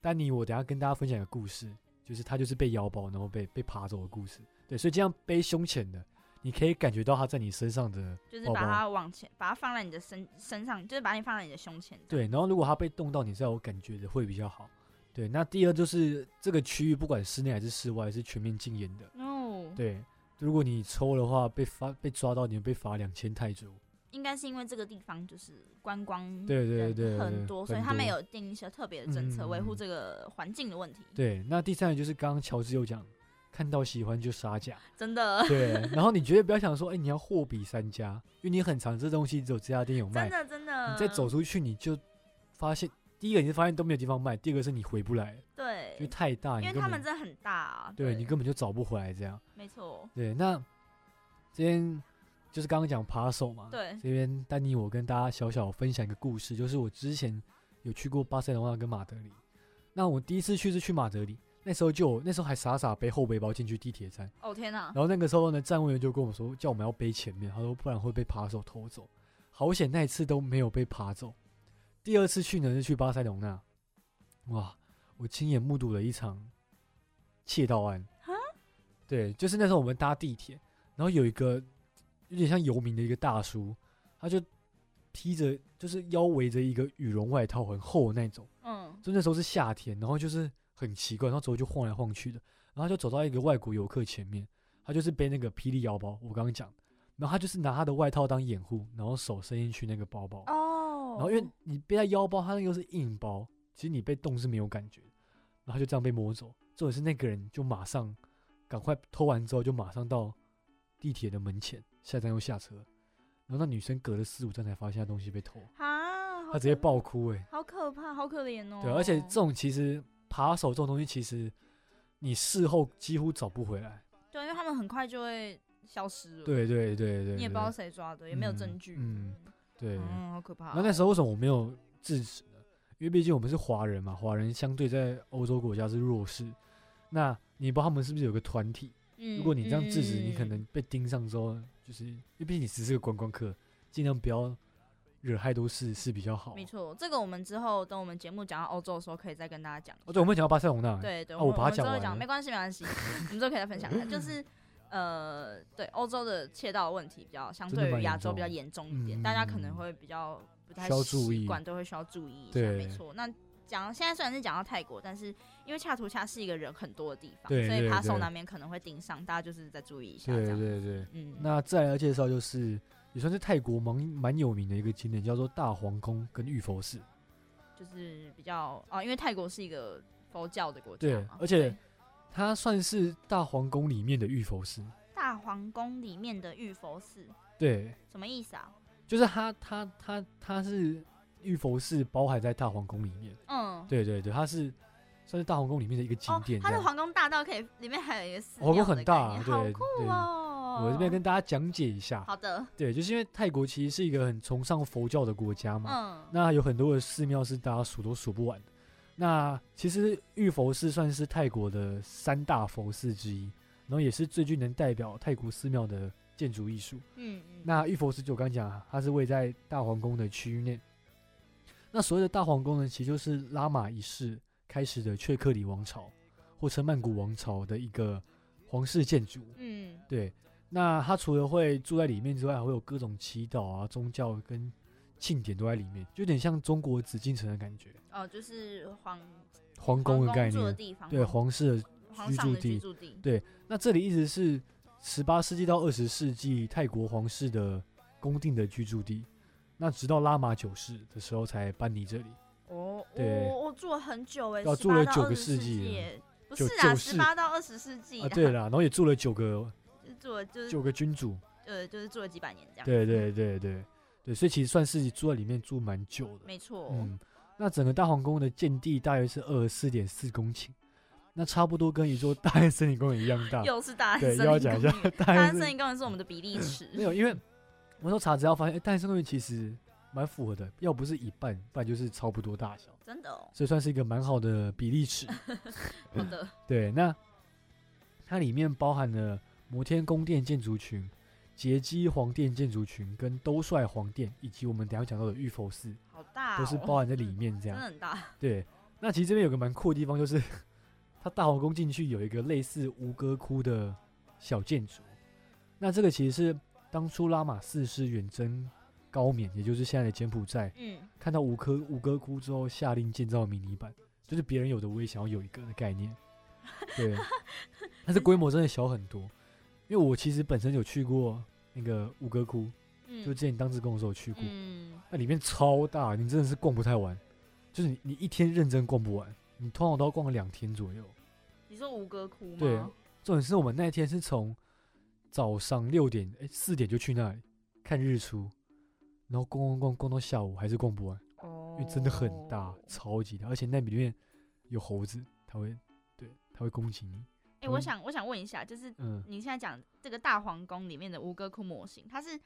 [SPEAKER 1] 丹尼我等一下跟大家分享一个故事，就是他就是背腰包然后被被爬走的故事。对，所以尽量背胸前的，你可以感觉到它在你身上的
[SPEAKER 3] 就是
[SPEAKER 1] 包
[SPEAKER 3] 把
[SPEAKER 1] 包
[SPEAKER 3] 它往前，把它放在你的身身上，就是把你放在你的胸前。，
[SPEAKER 1] 对，然后如果它被冻到，你是要有感觉的，会比较好。对，那第二就是这个区域不管室内还是室外是全面禁烟的。
[SPEAKER 3] 哦，
[SPEAKER 1] 对，如果你抽的话，被罚被抓到，你会被罚两千泰铢。
[SPEAKER 3] 应该是因为这个地方就是观光
[SPEAKER 1] 对对
[SPEAKER 3] 人
[SPEAKER 1] 对对
[SPEAKER 3] 很
[SPEAKER 1] 对
[SPEAKER 3] 多，所以
[SPEAKER 1] 很
[SPEAKER 3] 他们
[SPEAKER 1] 多
[SPEAKER 3] 有定一些特别的政策
[SPEAKER 1] 嗯
[SPEAKER 3] 维护
[SPEAKER 1] 嗯
[SPEAKER 3] 这个环境的问题。，
[SPEAKER 1] 对，那第三个就是刚刚乔治有讲，看到喜欢就杀价。
[SPEAKER 3] 真的，
[SPEAKER 1] 对，然后你绝对不要想说，哎、你要货比三家，因为你很常这东西只有这家店有卖
[SPEAKER 3] *laughs* 真，的真的。
[SPEAKER 1] 你再走出去你就发现，第一个你就发现都没有地方卖，第二个是你回不来，
[SPEAKER 3] 对
[SPEAKER 1] 因为，太大，你
[SPEAKER 3] 呃因为
[SPEAKER 1] 根
[SPEAKER 3] 他们
[SPEAKER 1] 本
[SPEAKER 3] 真的很大啊。
[SPEAKER 1] 对你根本就找不回来这样。
[SPEAKER 3] 没错，
[SPEAKER 1] 对，那这边就是刚刚讲扒手嘛，
[SPEAKER 3] 对
[SPEAKER 1] 这边丹尼我跟大家小小分享一个故事，就是我之前有去过巴塞罗那跟马德里，那我第一次去是去马德里，那时候就有那时候还傻傻背后背包进去地铁站。
[SPEAKER 3] 哦天哪，
[SPEAKER 1] 然后那个时候呢，站务员就跟我说，叫我们要背前面，他说不然会被扒手偷走。好险那一次都没有被扒走。第二次去呢是去巴塞隆纳，哇，我亲眼目睹了一场窃盗案
[SPEAKER 3] 啊。
[SPEAKER 1] 对，就是那时候我们搭地铁，然后有一个有点像游民的一个大叔，他就披着就是腰围着一个羽绒外套，很厚的那种。
[SPEAKER 3] 嗯，
[SPEAKER 1] 就那时候是夏天，然后就是很奇怪，然后走路就晃来晃去的，然后他就走到一个外国游客前面，他就是背那个霹雳腰包，我刚刚讲的，然后他就是拿他的外套当掩护，然后手伸进去那个包包，
[SPEAKER 3] 哦，
[SPEAKER 1] 然后因为你背在腰包，他那个是硬包，其实你被冻是没有感觉的，然后他就这样被摸走，重点是那个人就马上赶快偷完之后就马上到地铁的门前，下站又下车，然后那女生隔了四五站才发现她东西被偷，
[SPEAKER 3] 啊，好
[SPEAKER 1] 她直接
[SPEAKER 3] 可，
[SPEAKER 1] 爆哭哎、
[SPEAKER 3] 好可怕，好可怜哦。
[SPEAKER 1] 对，而且这种其实扒手这种东西，其实你事后几乎找不回来。
[SPEAKER 3] 对，因为他们很快就会消失了，，
[SPEAKER 1] 对对对对，
[SPEAKER 3] 你也不知道谁抓的，也没有
[SPEAKER 1] 嗯
[SPEAKER 3] 证据，
[SPEAKER 1] 嗯对。对
[SPEAKER 3] 嗯，好可怕哦。
[SPEAKER 1] 那那时候为什么我没有制止呢？因为毕竟我们是华人嘛，华人相对在欧洲国家是弱势。那你不知道他们是不是有个团体？
[SPEAKER 3] 嗯，
[SPEAKER 1] 如果你这样制止，
[SPEAKER 3] 嗯
[SPEAKER 1] 你可能被盯上之后，就是因为毕竟你只是个观光客，尽量不要惹太多事是比较好
[SPEAKER 3] 没。错，这个我们之后等我们节目讲到欧洲的时候，可以再跟大家讲。
[SPEAKER 1] 哦，对，我们讲到巴塞隆纳，
[SPEAKER 3] 对对，
[SPEAKER 1] 哦
[SPEAKER 3] 我
[SPEAKER 1] 我
[SPEAKER 3] 们
[SPEAKER 1] 把它
[SPEAKER 3] 我们之
[SPEAKER 1] 讲
[SPEAKER 3] 后
[SPEAKER 1] 完
[SPEAKER 3] 讲，
[SPEAKER 1] 了
[SPEAKER 3] 没关系没
[SPEAKER 1] *laughs*
[SPEAKER 3] 关系，我们之后可以再分享一下。就是呃，对欧洲的窃盗问题比较相
[SPEAKER 1] 真的
[SPEAKER 3] 对于
[SPEAKER 1] 蛮
[SPEAKER 3] 亚
[SPEAKER 1] 严
[SPEAKER 3] 洲比较
[SPEAKER 1] 重
[SPEAKER 3] 严重一点，大家可能
[SPEAKER 1] 嗯
[SPEAKER 3] 会比较不太
[SPEAKER 1] 需要注
[SPEAKER 3] 习
[SPEAKER 1] 意
[SPEAKER 3] 惯，都会需要注意一下。
[SPEAKER 1] 对
[SPEAKER 3] 没错，那讲现在虽然是讲到泰国，但是因为恰图恰是一个人很多的地方，
[SPEAKER 1] 对
[SPEAKER 3] 所以
[SPEAKER 1] 对
[SPEAKER 3] 扒手
[SPEAKER 1] 对
[SPEAKER 3] 难免可能会盯上，大家就是再注意一下这
[SPEAKER 1] 对
[SPEAKER 3] 样。
[SPEAKER 1] 对对。
[SPEAKER 3] 嗯，
[SPEAKER 1] 那再来介绍就是也算是泰国蛮蛮有名的一个景点，叫做大皇宫跟玉佛寺。
[SPEAKER 3] 就是比较哦，因为泰国是一个佛教的国家
[SPEAKER 1] 对
[SPEAKER 3] 嘛，
[SPEAKER 1] 而且
[SPEAKER 3] 对
[SPEAKER 1] 它算是大皇宫里面的玉佛寺。
[SPEAKER 3] 大皇宫里面的玉佛寺
[SPEAKER 1] 对，
[SPEAKER 3] 什么意思啊？
[SPEAKER 1] 就是它它它它是玉佛寺包含在大皇宫里面。
[SPEAKER 3] 嗯，
[SPEAKER 1] 对对对，它是算是大皇宫里面的一个景
[SPEAKER 3] 哦
[SPEAKER 1] 点，这
[SPEAKER 3] 它的
[SPEAKER 1] 样。
[SPEAKER 3] 皇宫大道可以，里面还有一个寺
[SPEAKER 1] 皇宫
[SPEAKER 3] 庙的
[SPEAKER 1] 很大啊
[SPEAKER 3] 概念
[SPEAKER 1] 对
[SPEAKER 3] 好酷
[SPEAKER 1] 对
[SPEAKER 3] 哦！
[SPEAKER 1] 我这边跟大家讲解一下，
[SPEAKER 3] 好的，
[SPEAKER 1] 对，就是因为泰国其实是一个很崇尚佛教的国家嘛，
[SPEAKER 3] 嗯，
[SPEAKER 1] 那有很多的寺庙是大家数都数不完的。那其实玉佛寺算是泰国的三大佛寺之一，然后也是最具能代表泰国寺庙的建筑艺术。
[SPEAKER 3] 嗯嗯，
[SPEAKER 1] 那玉佛寺就我刚刚讲啊，它是位在大皇宫的区域内。那所谓的大皇宫呢，其实就是拉玛一世开始的雀克里王朝，或称曼谷王朝的一个皇室建筑。
[SPEAKER 3] 嗯
[SPEAKER 1] 对，那他除了会住在里面之外，还会有各种祈祷啊、宗教跟庆典都在里面，就有点像中国紫禁城的感觉，
[SPEAKER 3] 哦，就是皇
[SPEAKER 1] 皇
[SPEAKER 3] 皇
[SPEAKER 1] 宫的概
[SPEAKER 3] 住的
[SPEAKER 1] 念。
[SPEAKER 3] 地方，
[SPEAKER 1] 对，皇室的。
[SPEAKER 3] 皇上的居
[SPEAKER 1] 居
[SPEAKER 3] 住地，
[SPEAKER 1] 对那这里一直是十八世纪到二十世纪泰国皇室的宫定的居住地，那直到拉玛九世的时候才搬离这里。
[SPEAKER 3] 哦，
[SPEAKER 1] 对
[SPEAKER 3] 我我住了很久哎，
[SPEAKER 1] 要
[SPEAKER 3] 18
[SPEAKER 1] 住了
[SPEAKER 3] 到
[SPEAKER 1] 九个
[SPEAKER 3] 20
[SPEAKER 1] 世纪了
[SPEAKER 3] 耶，不是
[SPEAKER 1] 九
[SPEAKER 3] 啊，
[SPEAKER 1] 九
[SPEAKER 3] 十
[SPEAKER 1] 世
[SPEAKER 3] 八到二十世纪
[SPEAKER 1] 啊，对
[SPEAKER 3] 了，
[SPEAKER 1] 啦，然后也住了九
[SPEAKER 3] *laughs*
[SPEAKER 1] 个
[SPEAKER 3] 就住了就是
[SPEAKER 1] 九个君主。
[SPEAKER 3] 呃就是住了几百年这样，
[SPEAKER 1] 对对对对对，所以其实算是住在里面住蛮久的。
[SPEAKER 3] 没错，
[SPEAKER 1] 嗯，那整个大皇宫的建地大约是二十四点四公顷，那差不多跟一座大安森林公园一样
[SPEAKER 3] *laughs*
[SPEAKER 1] 大。
[SPEAKER 3] 又是大安
[SPEAKER 1] 啊对
[SPEAKER 3] 森
[SPEAKER 1] 又要
[SPEAKER 3] 林
[SPEAKER 1] 讲一
[SPEAKER 3] 公
[SPEAKER 1] *laughs* 下
[SPEAKER 3] 园
[SPEAKER 1] 大
[SPEAKER 3] 大
[SPEAKER 1] 安
[SPEAKER 3] 安
[SPEAKER 1] 森
[SPEAKER 3] 森林公园是我们的比例尺，
[SPEAKER 1] 没有，因为我说查资料发现，哎诶大安森林公园其实蛮符合的，要不是一半，不然就是差不多大小，
[SPEAKER 3] 真的哦，
[SPEAKER 1] 所以算是一个蛮好的比例
[SPEAKER 3] *laughs*
[SPEAKER 1] 尺。
[SPEAKER 3] 好的，
[SPEAKER 1] 对，那它里面包含了摩天宫殿建筑群、杰基皇殿建筑群、跟兜率皇殿，以及我们等一下讲到的玉佛寺，
[SPEAKER 3] 好大，哦
[SPEAKER 1] 都是包含在里面这
[SPEAKER 3] 真
[SPEAKER 1] 样
[SPEAKER 3] 的。很大，
[SPEAKER 1] 对，那其实这边有个蛮酷的地方，就是 *laughs* 它大皇宫进去有一个类似吴哥窟的小建筑，那这个其实是当初拉玛四世远征高棉，也就是现在的柬埔寨，
[SPEAKER 3] 嗯，
[SPEAKER 1] 看到吴哥吴哥窟之后，下令建造迷你版，就是别人有的我也想要有一个的概念。对，但是规模真的小很多，因为我其实本身有去过那个吴哥窟，
[SPEAKER 3] 嗯
[SPEAKER 1] 就之前你当志工的时候有去过，
[SPEAKER 3] 嗯，
[SPEAKER 1] 那啊里面超大，你真的是逛不太完，就是你你一天认真逛不完，你通常都要逛个两天左右。
[SPEAKER 3] 你说吴哥窟吗？
[SPEAKER 1] 对，重点是我们那天是从早上六点，哎、四点就去那里看日出，然后逛逛逛逛到下午，还是逛不完，
[SPEAKER 3] 哦
[SPEAKER 1] 因为真的很大，超级大，而且那里面有猴子，它会，对，它会攻击你。
[SPEAKER 3] 哎、我想我想问一下，就是
[SPEAKER 1] 嗯，
[SPEAKER 3] 你现在讲这个大皇宫里面的吴哥窟模型，它是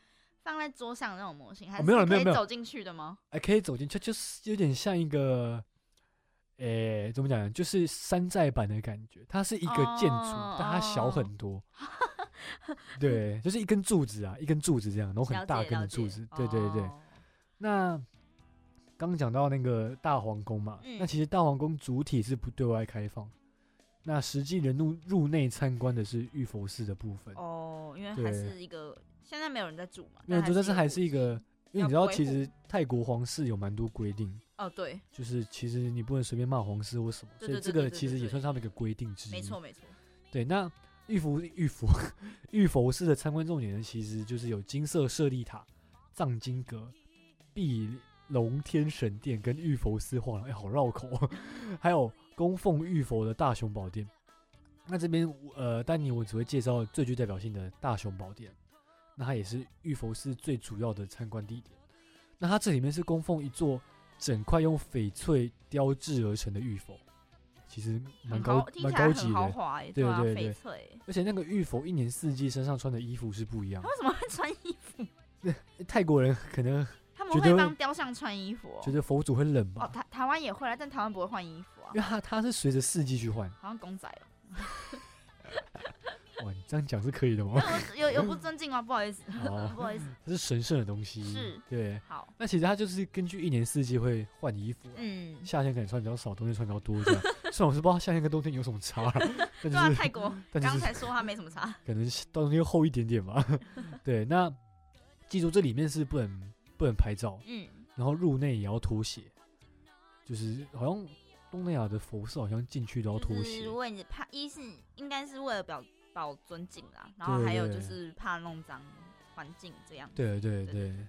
[SPEAKER 3] 放在桌上的那种模型，还是
[SPEAKER 1] 哦没有了
[SPEAKER 3] 是
[SPEAKER 1] 没有
[SPEAKER 3] 可以
[SPEAKER 1] 没有
[SPEAKER 3] 走进去的吗？
[SPEAKER 1] 还哎可以走进去，就是有点像一个，诶、怎么讲呢？就是山寨版的感觉。它是一个建筑，
[SPEAKER 3] 哦
[SPEAKER 1] 但它小很
[SPEAKER 3] *laughs*
[SPEAKER 1] 多。对，就是一根柱子啊，一根柱子这样，然后
[SPEAKER 3] 了
[SPEAKER 1] 很大
[SPEAKER 3] 解
[SPEAKER 1] 根的
[SPEAKER 3] 了
[SPEAKER 1] 柱
[SPEAKER 3] 解
[SPEAKER 1] 子。对对对。
[SPEAKER 3] 哦
[SPEAKER 1] 那刚刚讲到那个大皇宫嘛，
[SPEAKER 3] 嗯
[SPEAKER 1] 那其实大皇宫主体是不对外开放的，那实际人入入内参观的是玉佛寺的部分。
[SPEAKER 3] 哦，因为
[SPEAKER 1] 对
[SPEAKER 3] 还是一个现在没有人在住嘛，
[SPEAKER 1] 那
[SPEAKER 3] 但
[SPEAKER 1] 但是还是
[SPEAKER 3] 一
[SPEAKER 1] 一个，因为
[SPEAKER 3] 要
[SPEAKER 1] 你知道，
[SPEAKER 3] 维
[SPEAKER 1] 其
[SPEAKER 3] 护
[SPEAKER 1] 实泰国皇室有蛮多规定。
[SPEAKER 3] 个哦，对，
[SPEAKER 1] 就是其实你不能随便骂皇室或什么，
[SPEAKER 3] 对
[SPEAKER 1] 所以
[SPEAKER 3] 对
[SPEAKER 1] 这
[SPEAKER 3] 对
[SPEAKER 1] 个
[SPEAKER 3] 对
[SPEAKER 1] 其
[SPEAKER 3] 对
[SPEAKER 1] 实也
[SPEAKER 3] 对
[SPEAKER 1] 算是他们一个规定之一。
[SPEAKER 3] 没错，没错，
[SPEAKER 1] 对，那玉佛玉佛玉佛寺的参观重点呢，其实就是有金色舍利塔、藏经阁、碧龙天神殿跟玉佛寺画廊，哎、好绕口哦， *laughs* 还有供奉玉佛的大雄宝殿。那这边呃，丹尼我只会介绍最具代表性的大雄宝殿，那它也是玉佛寺最主要的参观地点。那它这里面是供奉一座整块用翡翠雕制而成的玉佛，其实蛮
[SPEAKER 3] 很
[SPEAKER 1] 高
[SPEAKER 3] 豪，听
[SPEAKER 1] 蛮
[SPEAKER 3] 起来
[SPEAKER 1] 高级
[SPEAKER 3] 很
[SPEAKER 1] 的
[SPEAKER 3] 豪。华耶，
[SPEAKER 1] 对
[SPEAKER 3] 啊，
[SPEAKER 1] 对对
[SPEAKER 3] 翡翠耶。
[SPEAKER 1] 而且那个玉佛一年四季身上穿的衣服是不一样
[SPEAKER 3] 他
[SPEAKER 1] 的
[SPEAKER 3] 为。什么会穿衣服？
[SPEAKER 1] 泰国人可能
[SPEAKER 3] 他们
[SPEAKER 1] 觉
[SPEAKER 3] 会
[SPEAKER 1] 得
[SPEAKER 3] 帮雕像穿衣服哦
[SPEAKER 1] 觉。得佛祖会冷
[SPEAKER 3] 哦，
[SPEAKER 1] 吧，
[SPEAKER 3] 台台湾也会啦，但台湾不会换衣服啊
[SPEAKER 1] 因为，他他是随着四季去换。
[SPEAKER 3] 好像公仔哦。
[SPEAKER 1] 哇，你这样讲是可以的
[SPEAKER 3] *laughs*
[SPEAKER 1] 吗？
[SPEAKER 3] 但我有有不尊敬吗？不好意思，
[SPEAKER 1] 哦
[SPEAKER 3] 不好意思。
[SPEAKER 1] 它是神圣的东西。
[SPEAKER 3] 是
[SPEAKER 1] 对。
[SPEAKER 3] 好，
[SPEAKER 1] 那其实它就是根据一年四季会换衣服啊、 *laughs*
[SPEAKER 3] 嗯，
[SPEAKER 1] 夏天可能穿比较少，冬天穿比较多这样。 *laughs* 虽然我是不知道夏天跟冬天有什么差
[SPEAKER 3] *laughs*
[SPEAKER 1] 啊，但
[SPEAKER 3] 对
[SPEAKER 1] 就
[SPEAKER 3] 啊，
[SPEAKER 1] 是
[SPEAKER 3] 泰国
[SPEAKER 1] *laughs* 但就
[SPEAKER 3] 刚
[SPEAKER 1] 是
[SPEAKER 3] 才说他没什么差，
[SPEAKER 1] 可能是到时候又厚一点点吧。 *laughs* 对，那 *laughs* 记住这里面是不能不能拍照，
[SPEAKER 3] 嗯，
[SPEAKER 1] 然后入内也要脱鞋，就是好像东南亚的佛寺好像进去都要脱
[SPEAKER 3] 就是
[SPEAKER 1] 鞋，
[SPEAKER 3] 为你怕，一是应该是为了表保尊敬啦，然后
[SPEAKER 1] 对
[SPEAKER 3] 还有
[SPEAKER 1] 对
[SPEAKER 3] 就是怕弄脏环境这样。
[SPEAKER 1] 对对
[SPEAKER 3] 对
[SPEAKER 1] 对，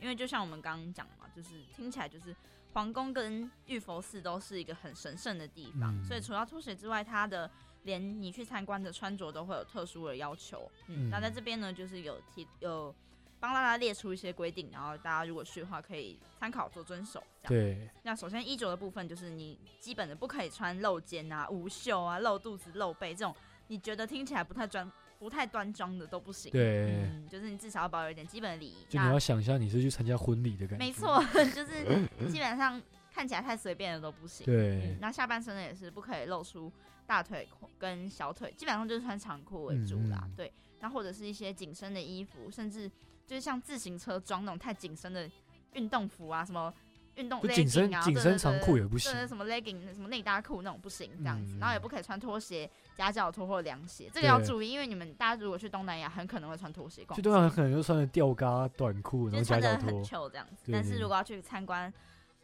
[SPEAKER 3] 因为就像我们刚刚讲的嘛，就是听起来就是皇宫跟玉佛寺都是一个很神圣的地方，
[SPEAKER 1] 嗯
[SPEAKER 3] 所以除了脱鞋之外，它的连你去参观的穿着都会有特殊的要求。嗯，
[SPEAKER 1] 嗯
[SPEAKER 3] 那在这边呢，就是有提有帮大家列出一些规定，然后大家如果去的话可以参考做遵守。这样，
[SPEAKER 1] 对
[SPEAKER 3] 那首先衣着的部分就是你基本的不可以穿露肩啊、无袖啊、露肚子、露背这种，你觉得听起来不太端、不太端庄的都不行。
[SPEAKER 1] 对，
[SPEAKER 3] 嗯，就是你至少要保有一点基本的礼仪。
[SPEAKER 1] 就
[SPEAKER 3] 那
[SPEAKER 1] 你要想象你是去参加婚礼的感觉，
[SPEAKER 3] 没，错， *laughs* 就是基本上看起来太随便的都不行。
[SPEAKER 1] 对
[SPEAKER 3] 嗯，那下半身呢也是不可以露出大腿跟小腿，基本上就是穿长裤为主啦。
[SPEAKER 1] 嗯嗯
[SPEAKER 3] 对，那或者是一些紧身的衣服，甚至就是像自行车装那种太紧身的运动服啊，什么运动
[SPEAKER 1] 就紧身
[SPEAKER 3] legging 啊，
[SPEAKER 1] 紧
[SPEAKER 3] 对
[SPEAKER 1] 身长裤
[SPEAKER 3] 对对
[SPEAKER 1] 也不行
[SPEAKER 3] 对，对什么 legging 什么内搭裤那种不行，这样子，
[SPEAKER 1] 嗯
[SPEAKER 3] 然后也不可以穿拖鞋、夹脚拖或凉鞋，这个要
[SPEAKER 1] 对
[SPEAKER 3] 注意，因为你们大家如果去东南亚，很可能会穿拖鞋逛
[SPEAKER 1] 去
[SPEAKER 3] 街。
[SPEAKER 1] 东南亚可能就穿着吊嘎短裤，然
[SPEAKER 3] 就
[SPEAKER 1] 后夹
[SPEAKER 3] 是穿
[SPEAKER 1] 脚
[SPEAKER 3] 的很
[SPEAKER 1] 拖，
[SPEAKER 3] chill 这样子。
[SPEAKER 1] 对
[SPEAKER 3] 但
[SPEAKER 1] 对
[SPEAKER 3] 是
[SPEAKER 1] 对
[SPEAKER 3] 如果要去参观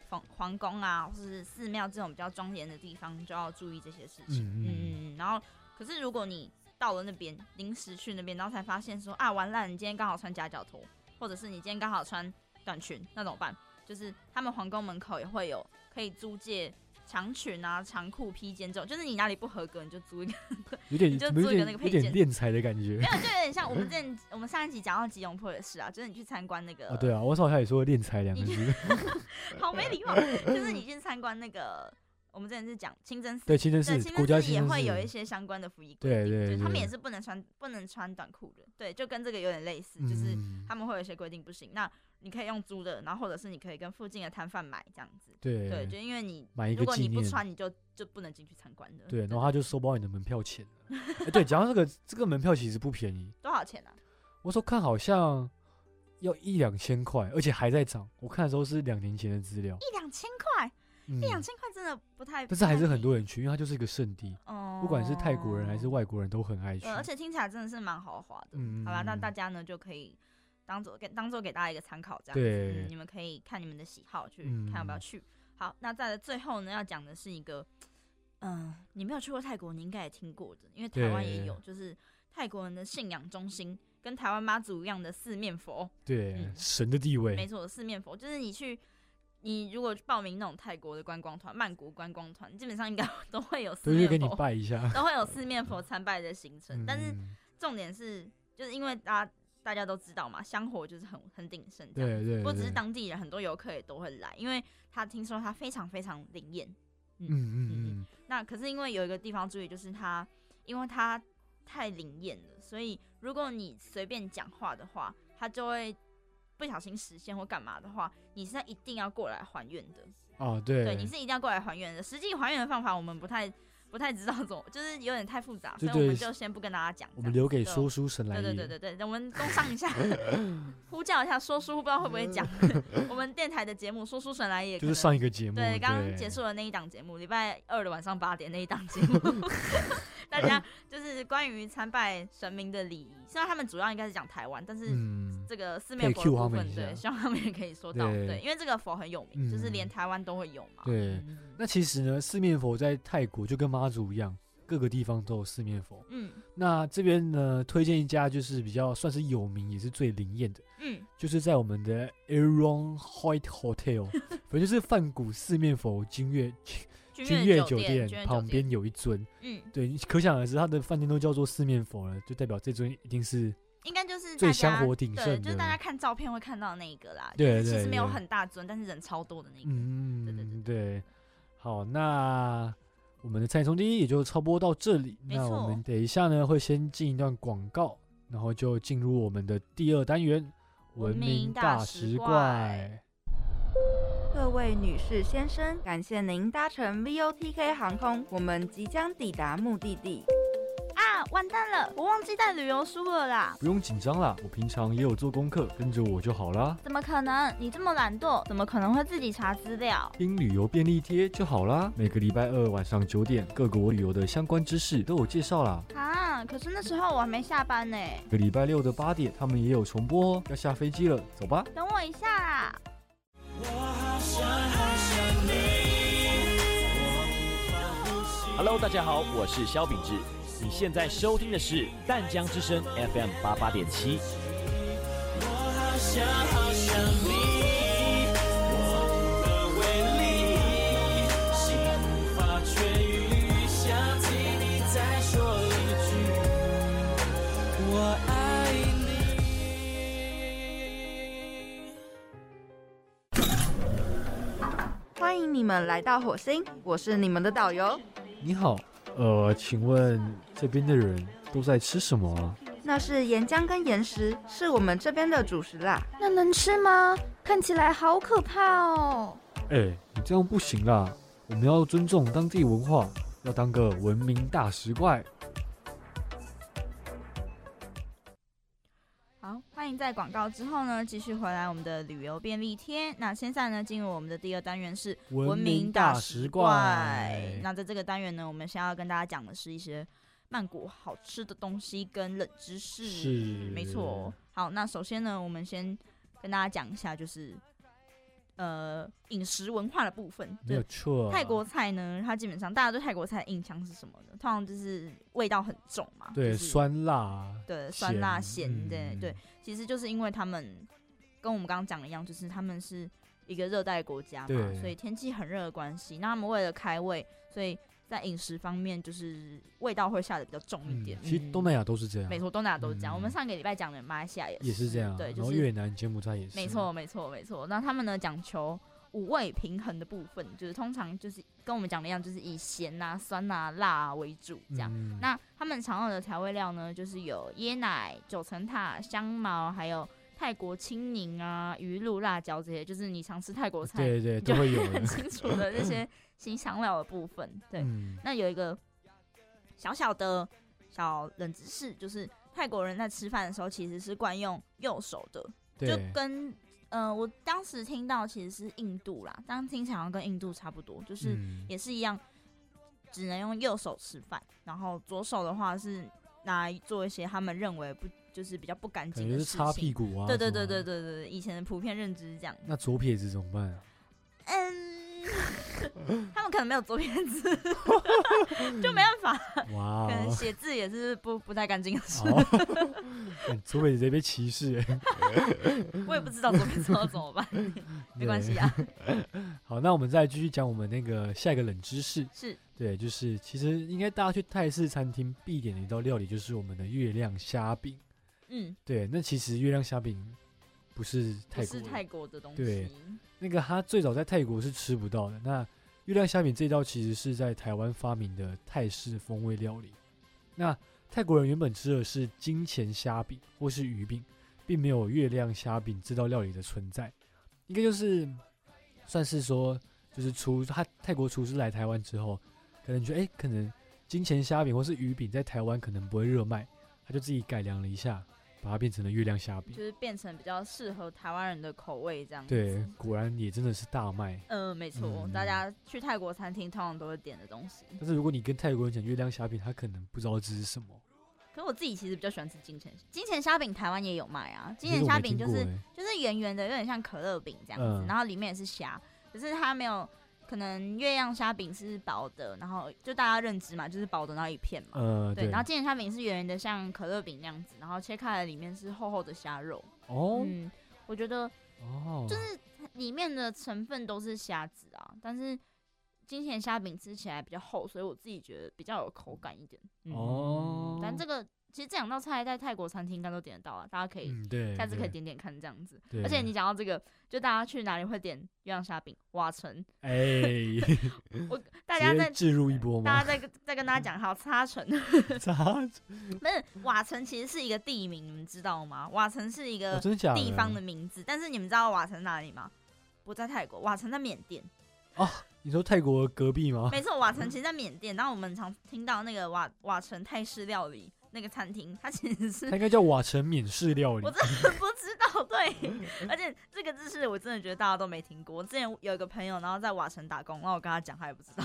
[SPEAKER 3] 皇皇宫啊，或是寺庙这种比较庄严的地方，就要注意这些事情。
[SPEAKER 1] 嗯嗯，
[SPEAKER 3] 嗯，然后可是如果你到了那边，临时去那边，然后才发现说啊，完了，你今天刚好穿夹脚拖，或者是你今天刚好穿短裙，那怎么办？就是他们皇宫门口也会有可以租借长裙啊、长裤、披肩这种，就是你哪里不合格，你就租一个 *laughs*
[SPEAKER 1] 有点
[SPEAKER 3] 你就
[SPEAKER 1] 怎么有
[SPEAKER 3] 做一个那
[SPEAKER 1] 点有
[SPEAKER 3] 个配件
[SPEAKER 1] 点练财的感觉
[SPEAKER 3] 没有，就有点像我们之前我们上一集讲到吉隆坡也是啊，就是你去参观那个
[SPEAKER 1] 啊？对啊，我好像也说练财两个
[SPEAKER 3] 你
[SPEAKER 1] 字， *laughs*
[SPEAKER 3] 好没礼貌。就是你去参观那个，我们之前是讲清真寺，
[SPEAKER 1] 对，清真
[SPEAKER 3] 对，
[SPEAKER 1] 寺
[SPEAKER 3] 清
[SPEAKER 1] 国家
[SPEAKER 3] 真寺
[SPEAKER 1] 清
[SPEAKER 3] 也
[SPEAKER 1] 真
[SPEAKER 3] 会有一
[SPEAKER 1] 寺，
[SPEAKER 3] 些相关的服役规
[SPEAKER 1] 对
[SPEAKER 3] 定，
[SPEAKER 1] 对
[SPEAKER 3] 就是他们
[SPEAKER 1] 对
[SPEAKER 3] 也是不能穿不能穿短裤的，对，就跟这个有点类似，就是
[SPEAKER 1] 嗯
[SPEAKER 3] 他们会有一些规定不行。那你可以用租的，然后或者是你可以跟附近的摊贩买这样子，对，就
[SPEAKER 1] 对
[SPEAKER 3] 因为你
[SPEAKER 1] 买一
[SPEAKER 3] 如
[SPEAKER 1] 个
[SPEAKER 3] 果
[SPEAKER 1] 纪
[SPEAKER 3] 你不
[SPEAKER 1] 念，
[SPEAKER 3] 穿，你就就不能进去参观的。
[SPEAKER 1] 对，然后他就收包你的门票钱了。哎，对，讲到这个，这个门票其实不便宜，
[SPEAKER 3] 多少钱啊？
[SPEAKER 1] 我说看好像要一两千块，而且还在涨。我看的时候是两年前的资料，
[SPEAKER 3] 一两千块，
[SPEAKER 1] 嗯
[SPEAKER 3] 一两千块真的不太，
[SPEAKER 1] 但是还
[SPEAKER 3] 不
[SPEAKER 1] 是
[SPEAKER 3] 太
[SPEAKER 1] 很
[SPEAKER 3] 便宜
[SPEAKER 1] 多人去，因为它就是一个圣地。
[SPEAKER 3] 哦，
[SPEAKER 1] 不管是泰国人还是
[SPEAKER 3] 哦
[SPEAKER 1] 外国人都很爱去
[SPEAKER 3] 对，。而且听起来真的是蛮豪华的。
[SPEAKER 1] 嗯
[SPEAKER 3] 好啦，那大
[SPEAKER 1] 家
[SPEAKER 3] 家呢就可以当做给当做给大家一个参考，这样子、
[SPEAKER 1] 对
[SPEAKER 3] 嗯你们可以看你们的喜好去
[SPEAKER 1] 嗯
[SPEAKER 3] 看要不要去。好，那在最后呢，要讲的是一个，嗯、你没有去过泰国，你应该也听过的，因为台湾也有，就是泰国人的信仰中心，跟台湾妈祖一样的四面佛，
[SPEAKER 1] 对
[SPEAKER 3] 嗯
[SPEAKER 1] 神的地
[SPEAKER 3] 没
[SPEAKER 1] 位，
[SPEAKER 3] 错，四面佛就是你去。你如果报名那种泰国的观光团、曼谷观光团，基本上应该 *laughs* 都会有四
[SPEAKER 1] 都去给
[SPEAKER 3] 面
[SPEAKER 1] 你
[SPEAKER 3] 佛，
[SPEAKER 1] 拜一下。
[SPEAKER 3] 都会有四面佛参拜的行程。但是
[SPEAKER 1] 嗯
[SPEAKER 3] 重点是，就是因为大家大家都知道嘛，香火就是很很鼎盛这样。
[SPEAKER 1] 对对，
[SPEAKER 3] 不过只是
[SPEAKER 1] 对
[SPEAKER 3] 当地人，很多游客也都会来，因为他听说它非常非常灵验。
[SPEAKER 1] 嗯嗯嗯
[SPEAKER 3] 那可是因为有一个地方注意，就是它，因为它太灵验了，所以如果你随便讲话的话，它就会不小心实现或干嘛的话，你是一定要过来还愿的。
[SPEAKER 1] 哦对，
[SPEAKER 3] 对，你是一定要过来还原的。实际还原的方法我们不太不太知道，怎么就是有点太复杂，
[SPEAKER 1] 对
[SPEAKER 3] 所以我们
[SPEAKER 1] 对
[SPEAKER 3] 就先不跟大家讲。
[SPEAKER 1] 我
[SPEAKER 3] 这
[SPEAKER 1] 们
[SPEAKER 3] 样
[SPEAKER 1] 留给
[SPEAKER 3] 子
[SPEAKER 1] 说书神来
[SPEAKER 3] 对对对
[SPEAKER 1] 演。
[SPEAKER 3] 对对，等我们工商
[SPEAKER 1] *laughs*
[SPEAKER 3] 一下，呼叫一下说书，不知道会不会讲我们电台的节目《说书神来也》，
[SPEAKER 1] 就是上一个节目，
[SPEAKER 3] 对刚刚结束的那一档节目，礼拜二的晚上八点那一档节
[SPEAKER 1] *laughs*
[SPEAKER 3] 目，大家就是关于参拜神明的礼仪，虽然他们主要应该是讲台湾，但是
[SPEAKER 1] 嗯，
[SPEAKER 3] 这个四面佛的
[SPEAKER 1] cue
[SPEAKER 3] 部
[SPEAKER 1] 他们
[SPEAKER 3] 分，
[SPEAKER 1] 一
[SPEAKER 3] 对，
[SPEAKER 1] 下
[SPEAKER 3] 希望他们也可以说到，
[SPEAKER 1] 对
[SPEAKER 3] 对，因为这个佛很有名，就是
[SPEAKER 1] 嗯
[SPEAKER 3] 连台湾都会有嘛，
[SPEAKER 1] 对
[SPEAKER 3] 嗯
[SPEAKER 1] 那其实呢，四面佛在泰国就跟妈祖一样，各个地方都有四面佛。
[SPEAKER 3] 嗯
[SPEAKER 1] 那这边呢，推荐一家就是比较算是有名，也是最灵验的，
[SPEAKER 3] 嗯，
[SPEAKER 1] 就是在我们的 Aaron White Hotel，反
[SPEAKER 3] *laughs*
[SPEAKER 1] 正就是梵谷四面佛君悦
[SPEAKER 3] 君
[SPEAKER 1] 悦
[SPEAKER 3] 酒
[SPEAKER 1] 店
[SPEAKER 3] 君悦酒
[SPEAKER 1] 旁
[SPEAKER 3] 店，
[SPEAKER 1] 边有一尊。
[SPEAKER 3] 嗯，
[SPEAKER 1] 对，你可想而知，它的饭店都叫做四面佛了，就代表这尊一定是
[SPEAKER 3] 应该就是
[SPEAKER 1] 最
[SPEAKER 3] 大
[SPEAKER 1] 香
[SPEAKER 3] 家
[SPEAKER 1] 火鼎
[SPEAKER 3] 对，
[SPEAKER 1] 盛
[SPEAKER 3] 就
[SPEAKER 1] 的
[SPEAKER 3] 是。大家看照片会看到那一个啦，
[SPEAKER 1] 对
[SPEAKER 3] 就是其
[SPEAKER 1] 对
[SPEAKER 3] 实没有
[SPEAKER 1] 对
[SPEAKER 3] 很大尊，但是人超多的那个。对对
[SPEAKER 1] 嗯，对。好，那我们的菜从第一也就差不多到这里。
[SPEAKER 3] 没
[SPEAKER 1] 那
[SPEAKER 3] 错
[SPEAKER 1] 我们等一下呢，会先进一段广告，然后就进入我们的第二单元——
[SPEAKER 3] 文明大
[SPEAKER 1] 大
[SPEAKER 3] 食
[SPEAKER 1] 食
[SPEAKER 3] 怪
[SPEAKER 1] 怪。
[SPEAKER 4] 各位女士、先生，感谢您搭乘 VOTK 航空，我们即将抵达目的地。
[SPEAKER 3] 啊，完蛋了，我忘记带旅游书了啦！
[SPEAKER 1] 不用紧张啦，我平常也有做功课，跟着我就好啦。
[SPEAKER 3] 怎么可能？你这么懒惰，怎么可能会自己查资料？
[SPEAKER 1] 听旅游便利贴就好啦。每个礼拜二晚上九点，各国旅游的相关知识都有介绍啦。
[SPEAKER 3] 啊，可是那时候我还没下班呢。
[SPEAKER 1] 每个礼拜六的八点，他们也有重播哦。要下飞机了，走吧。
[SPEAKER 3] 等我一下啦。
[SPEAKER 6] Hello，大家好，我是肖秉志。你现在收听的是淡江之声 FM 八八点七。
[SPEAKER 4] 欢迎你们来到火星，我是你们的导游。
[SPEAKER 1] 你好，呃，请问这边的人都在吃什么啊？
[SPEAKER 4] 那是岩浆跟岩石，是我们这边的主食啦。
[SPEAKER 2] 那能吃吗？看起来好可怕哦！
[SPEAKER 1] 哎、你这样不行啦，我们要尊重当地文化，要当个文明大食怪。
[SPEAKER 3] 好，欢迎在广告之后呢，继续回来我们的旅游便利贴。那现在呢，进入我们的第二单元是
[SPEAKER 1] 文明大食怪
[SPEAKER 3] 那在这个单元呢，我们先要跟大家讲的是一些曼谷好吃的东西跟冷知识。嗯
[SPEAKER 1] 是
[SPEAKER 3] 没错。哦好，那首先呢，我们先跟大家讲一下，就是呃饮食文化的部分。
[SPEAKER 1] 没有
[SPEAKER 3] 对
[SPEAKER 1] 错，啊
[SPEAKER 3] 泰国菜呢，它基本上大家对泰国菜的印象是什么呢？通常就是味道很重嘛，
[SPEAKER 1] 对、
[SPEAKER 3] 就是
[SPEAKER 1] 酸辣，
[SPEAKER 3] 对酸辣咸
[SPEAKER 1] 嗯
[SPEAKER 3] 对对，其实就是因为他们跟我们刚刚讲的一样，就是他们是一个热带国家嘛，
[SPEAKER 1] 对
[SPEAKER 3] 所以天气很热的关系，那他们为了开胃，所以在饮食方面就是味道会下的比较重一
[SPEAKER 1] 嗯
[SPEAKER 3] 点。
[SPEAKER 1] 其实东南亚都是这样，
[SPEAKER 3] 没错，东南亚都是这样。
[SPEAKER 1] 嗯
[SPEAKER 3] 我们上个礼拜讲的马来西亚也
[SPEAKER 1] 也是这样，啊
[SPEAKER 3] 对，
[SPEAKER 1] 然
[SPEAKER 3] 就
[SPEAKER 1] 后
[SPEAKER 3] 是
[SPEAKER 1] 越南、柬埔寨也是，
[SPEAKER 3] 没错，没错，没错。那他们呢讲求五味平衡的部分，就是通常就是跟我们讲的一样，就是以咸啊、酸啊、辣啊为主这样。
[SPEAKER 1] 嗯
[SPEAKER 3] 那他们常用的调味料呢，就是有椰奶、九层塔、香茅，还有泰国青柠啊、鱼露、辣椒这些，就是你常吃泰国菜
[SPEAKER 1] 对对
[SPEAKER 3] 就
[SPEAKER 1] 都会有
[SPEAKER 3] 很
[SPEAKER 1] 的，
[SPEAKER 3] 清楚的这些新香料的部分。 *laughs* 对，
[SPEAKER 1] 嗯，
[SPEAKER 3] 那有一个小小的小冷知识，就是泰国人在吃饭的时候其实是惯用右手的，就
[SPEAKER 1] 对，
[SPEAKER 3] 跟呃，我当时听到其实是印度啦，当然听起来好像跟印度差不多，就是
[SPEAKER 1] 嗯
[SPEAKER 3] 也是一样，只能用右手吃饭，然后左手的话是拿来做一些他们认为不就是比较不干
[SPEAKER 1] 感
[SPEAKER 3] 净
[SPEAKER 1] 觉
[SPEAKER 3] 的
[SPEAKER 1] 是
[SPEAKER 3] 事
[SPEAKER 1] 擦屁
[SPEAKER 3] 情。
[SPEAKER 1] 股啊。
[SPEAKER 3] 对对
[SPEAKER 1] 什么
[SPEAKER 3] 对
[SPEAKER 1] 的
[SPEAKER 3] 对对。对对，以前的普遍认
[SPEAKER 1] *laughs*
[SPEAKER 3] 知是这样。
[SPEAKER 1] 那左撇子怎么办
[SPEAKER 3] *laughs*
[SPEAKER 1] 啊？
[SPEAKER 3] 嗯，他们可能没有左撇子， *laughs* 就没
[SPEAKER 1] *laughs*
[SPEAKER 3] 办法，
[SPEAKER 1] 哇
[SPEAKER 3] 可能
[SPEAKER 1] 哦，
[SPEAKER 3] 写字也是不不太干净的事。
[SPEAKER 1] 好 *laughs* 看嗯左撇子直接被歧视欸，
[SPEAKER 3] 我也不知道左撇子要怎
[SPEAKER 1] *laughs*
[SPEAKER 3] 么办， *laughs* 没关系啊。
[SPEAKER 1] 对。好，那我们再继续讲我们那个下一个冷知识，
[SPEAKER 3] 是
[SPEAKER 1] 对，就是其实应该大家去泰式餐厅必点的一道料理就是我们的月亮虾饼。
[SPEAKER 3] 嗯，
[SPEAKER 1] 对，那其实月亮虾饼不是
[SPEAKER 3] 不
[SPEAKER 1] 泰国
[SPEAKER 3] 是
[SPEAKER 1] 的
[SPEAKER 3] 泰国的东
[SPEAKER 1] 对
[SPEAKER 3] 西。
[SPEAKER 1] 那个它最早在泰国是吃不到的。那月亮虾饼这道其实是在台湾发明的泰式风味料理。那泰国人原本吃的是金钱虾饼或是鱼饼，并没有月亮虾饼这道料理的存在。应该就是算是说，就是厨他泰国厨师来台湾之后，可能觉得哎、诶可能金钱虾饼或是鱼饼在台湾可能不会热卖，他就自己改良了一下，把它变成了月亮虾饼
[SPEAKER 3] 就。是变成比较适合台湾人的口味这样子。
[SPEAKER 1] 对，果然也真的是大卖。
[SPEAKER 3] 呃，没错，
[SPEAKER 1] 嗯
[SPEAKER 3] 大家去泰国餐厅通常都会点的东西。
[SPEAKER 1] 但是如果你跟泰国人讲月亮虾饼，他可能不知道这是什么。
[SPEAKER 3] 可是我自己其实比较喜欢吃金钱金钱虾饼，台湾也有卖啊。金
[SPEAKER 1] 这
[SPEAKER 3] 钱
[SPEAKER 1] 个我
[SPEAKER 3] 虾
[SPEAKER 1] 没
[SPEAKER 3] 饼
[SPEAKER 1] 听
[SPEAKER 3] 就
[SPEAKER 1] 过
[SPEAKER 3] 是
[SPEAKER 1] 欸
[SPEAKER 3] 就是圆圆的，有点像可乐饼这样子，
[SPEAKER 1] 嗯
[SPEAKER 3] 然后里面也是虾，可是它没有，可能月亮虾饼是薄的，然后就大家认知嘛，就是薄的那一片嘛。
[SPEAKER 1] 呃，
[SPEAKER 3] 对，
[SPEAKER 1] 对，
[SPEAKER 3] 然后金钱虾饼是圆圆的，像可乐饼那样子，然后切开来里面是厚厚的虾肉。
[SPEAKER 1] 哦
[SPEAKER 3] 嗯，我觉得
[SPEAKER 1] 哦，就是
[SPEAKER 3] 里面的成分都是虾子啊，但是金钱虾饼吃起来比较厚，所以我自己觉得比较有口感一点。嗯、
[SPEAKER 1] 哦，
[SPEAKER 3] 但这个其实这两道菜在泰国餐厅应该都点得到啊，大家可以、
[SPEAKER 1] 嗯对，
[SPEAKER 3] 下次可以
[SPEAKER 1] 对，
[SPEAKER 3] 点点看这样子。
[SPEAKER 1] 对
[SPEAKER 3] 而且你讲到这个，就大家去哪里会点月亮虾饼？瓦城， *laughs*
[SPEAKER 1] 哎，
[SPEAKER 3] 我大家
[SPEAKER 1] 直接
[SPEAKER 3] 在
[SPEAKER 1] 置入一波
[SPEAKER 3] 大
[SPEAKER 1] 吗
[SPEAKER 3] 家？在跟在跟大家讲，好
[SPEAKER 1] *laughs*
[SPEAKER 3] 擦城，
[SPEAKER 1] 咋？
[SPEAKER 3] 不是瓦城其实是一个地名，你们知道吗？瓦城是一
[SPEAKER 1] 哦
[SPEAKER 3] 个
[SPEAKER 1] 真的假
[SPEAKER 3] 地方的？名字，但是你们知道瓦城哪里吗？不在泰国，瓦城在缅甸。
[SPEAKER 1] 你说泰国隔壁吗？
[SPEAKER 3] 没错，瓦
[SPEAKER 1] 嗯
[SPEAKER 3] 城其实在缅甸，然后我们常听到那个瓦瓦城泰式料理那个餐厅，它其实是
[SPEAKER 1] 它应该叫瓦城缅式料理
[SPEAKER 3] 我。真的不知
[SPEAKER 1] *laughs*
[SPEAKER 3] 道，对，而且这个知识我真的觉得大家都没听过。我之前有一个朋友，然后在瓦城打工，然后我跟他讲，他也
[SPEAKER 1] *laughs*
[SPEAKER 3] 不知道，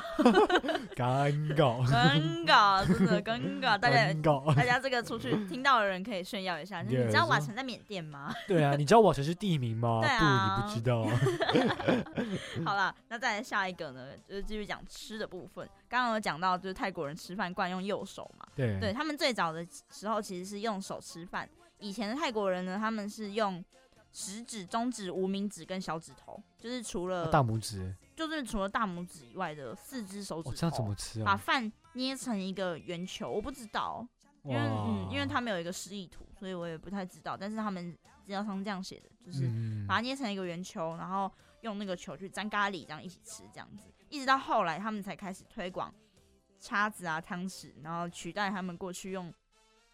[SPEAKER 1] 尴尬，
[SPEAKER 3] 尴尬，真的尴尬。 *laughs* 大家
[SPEAKER 1] 尴尬。
[SPEAKER 3] *laughs* 大家这个出去听到的人可以炫耀一下，就是你知道
[SPEAKER 1] Yeah，
[SPEAKER 3] 瓦城在缅甸吗？
[SPEAKER 1] 对啊，你知道瓦城是地名吗？
[SPEAKER 3] 对啊
[SPEAKER 1] 不，你不知道。
[SPEAKER 3] *laughs*
[SPEAKER 1] 嗯
[SPEAKER 3] 好啦，那再来下一个呢，就是继续讲吃的部分。刚刚有讲到，就是泰国人吃饭惯用右手嘛，
[SPEAKER 1] 对
[SPEAKER 3] 对他们最早的时候其实是用手吃饭，以前的泰国人呢，他们是用食指、中指、无名指跟小指头，就是除了、
[SPEAKER 1] 大拇指，
[SPEAKER 3] 就是除了大拇指以外的四只手指头，
[SPEAKER 1] 哦，这样怎么吃
[SPEAKER 3] 把
[SPEAKER 1] 啊？
[SPEAKER 3] 饭捏成一个圆球？我不知道，因为嗯，因为他们有一个示意图，所以我也不太知道。但是他们资料上这样写的，就是啊
[SPEAKER 1] 嗯
[SPEAKER 3] 把它捏成一个圆球，然后用那个球去沾咖喱，这样一起吃，这样子，一直到后来他们才开始推广叉子啊、汤匙，然后取代他们过去用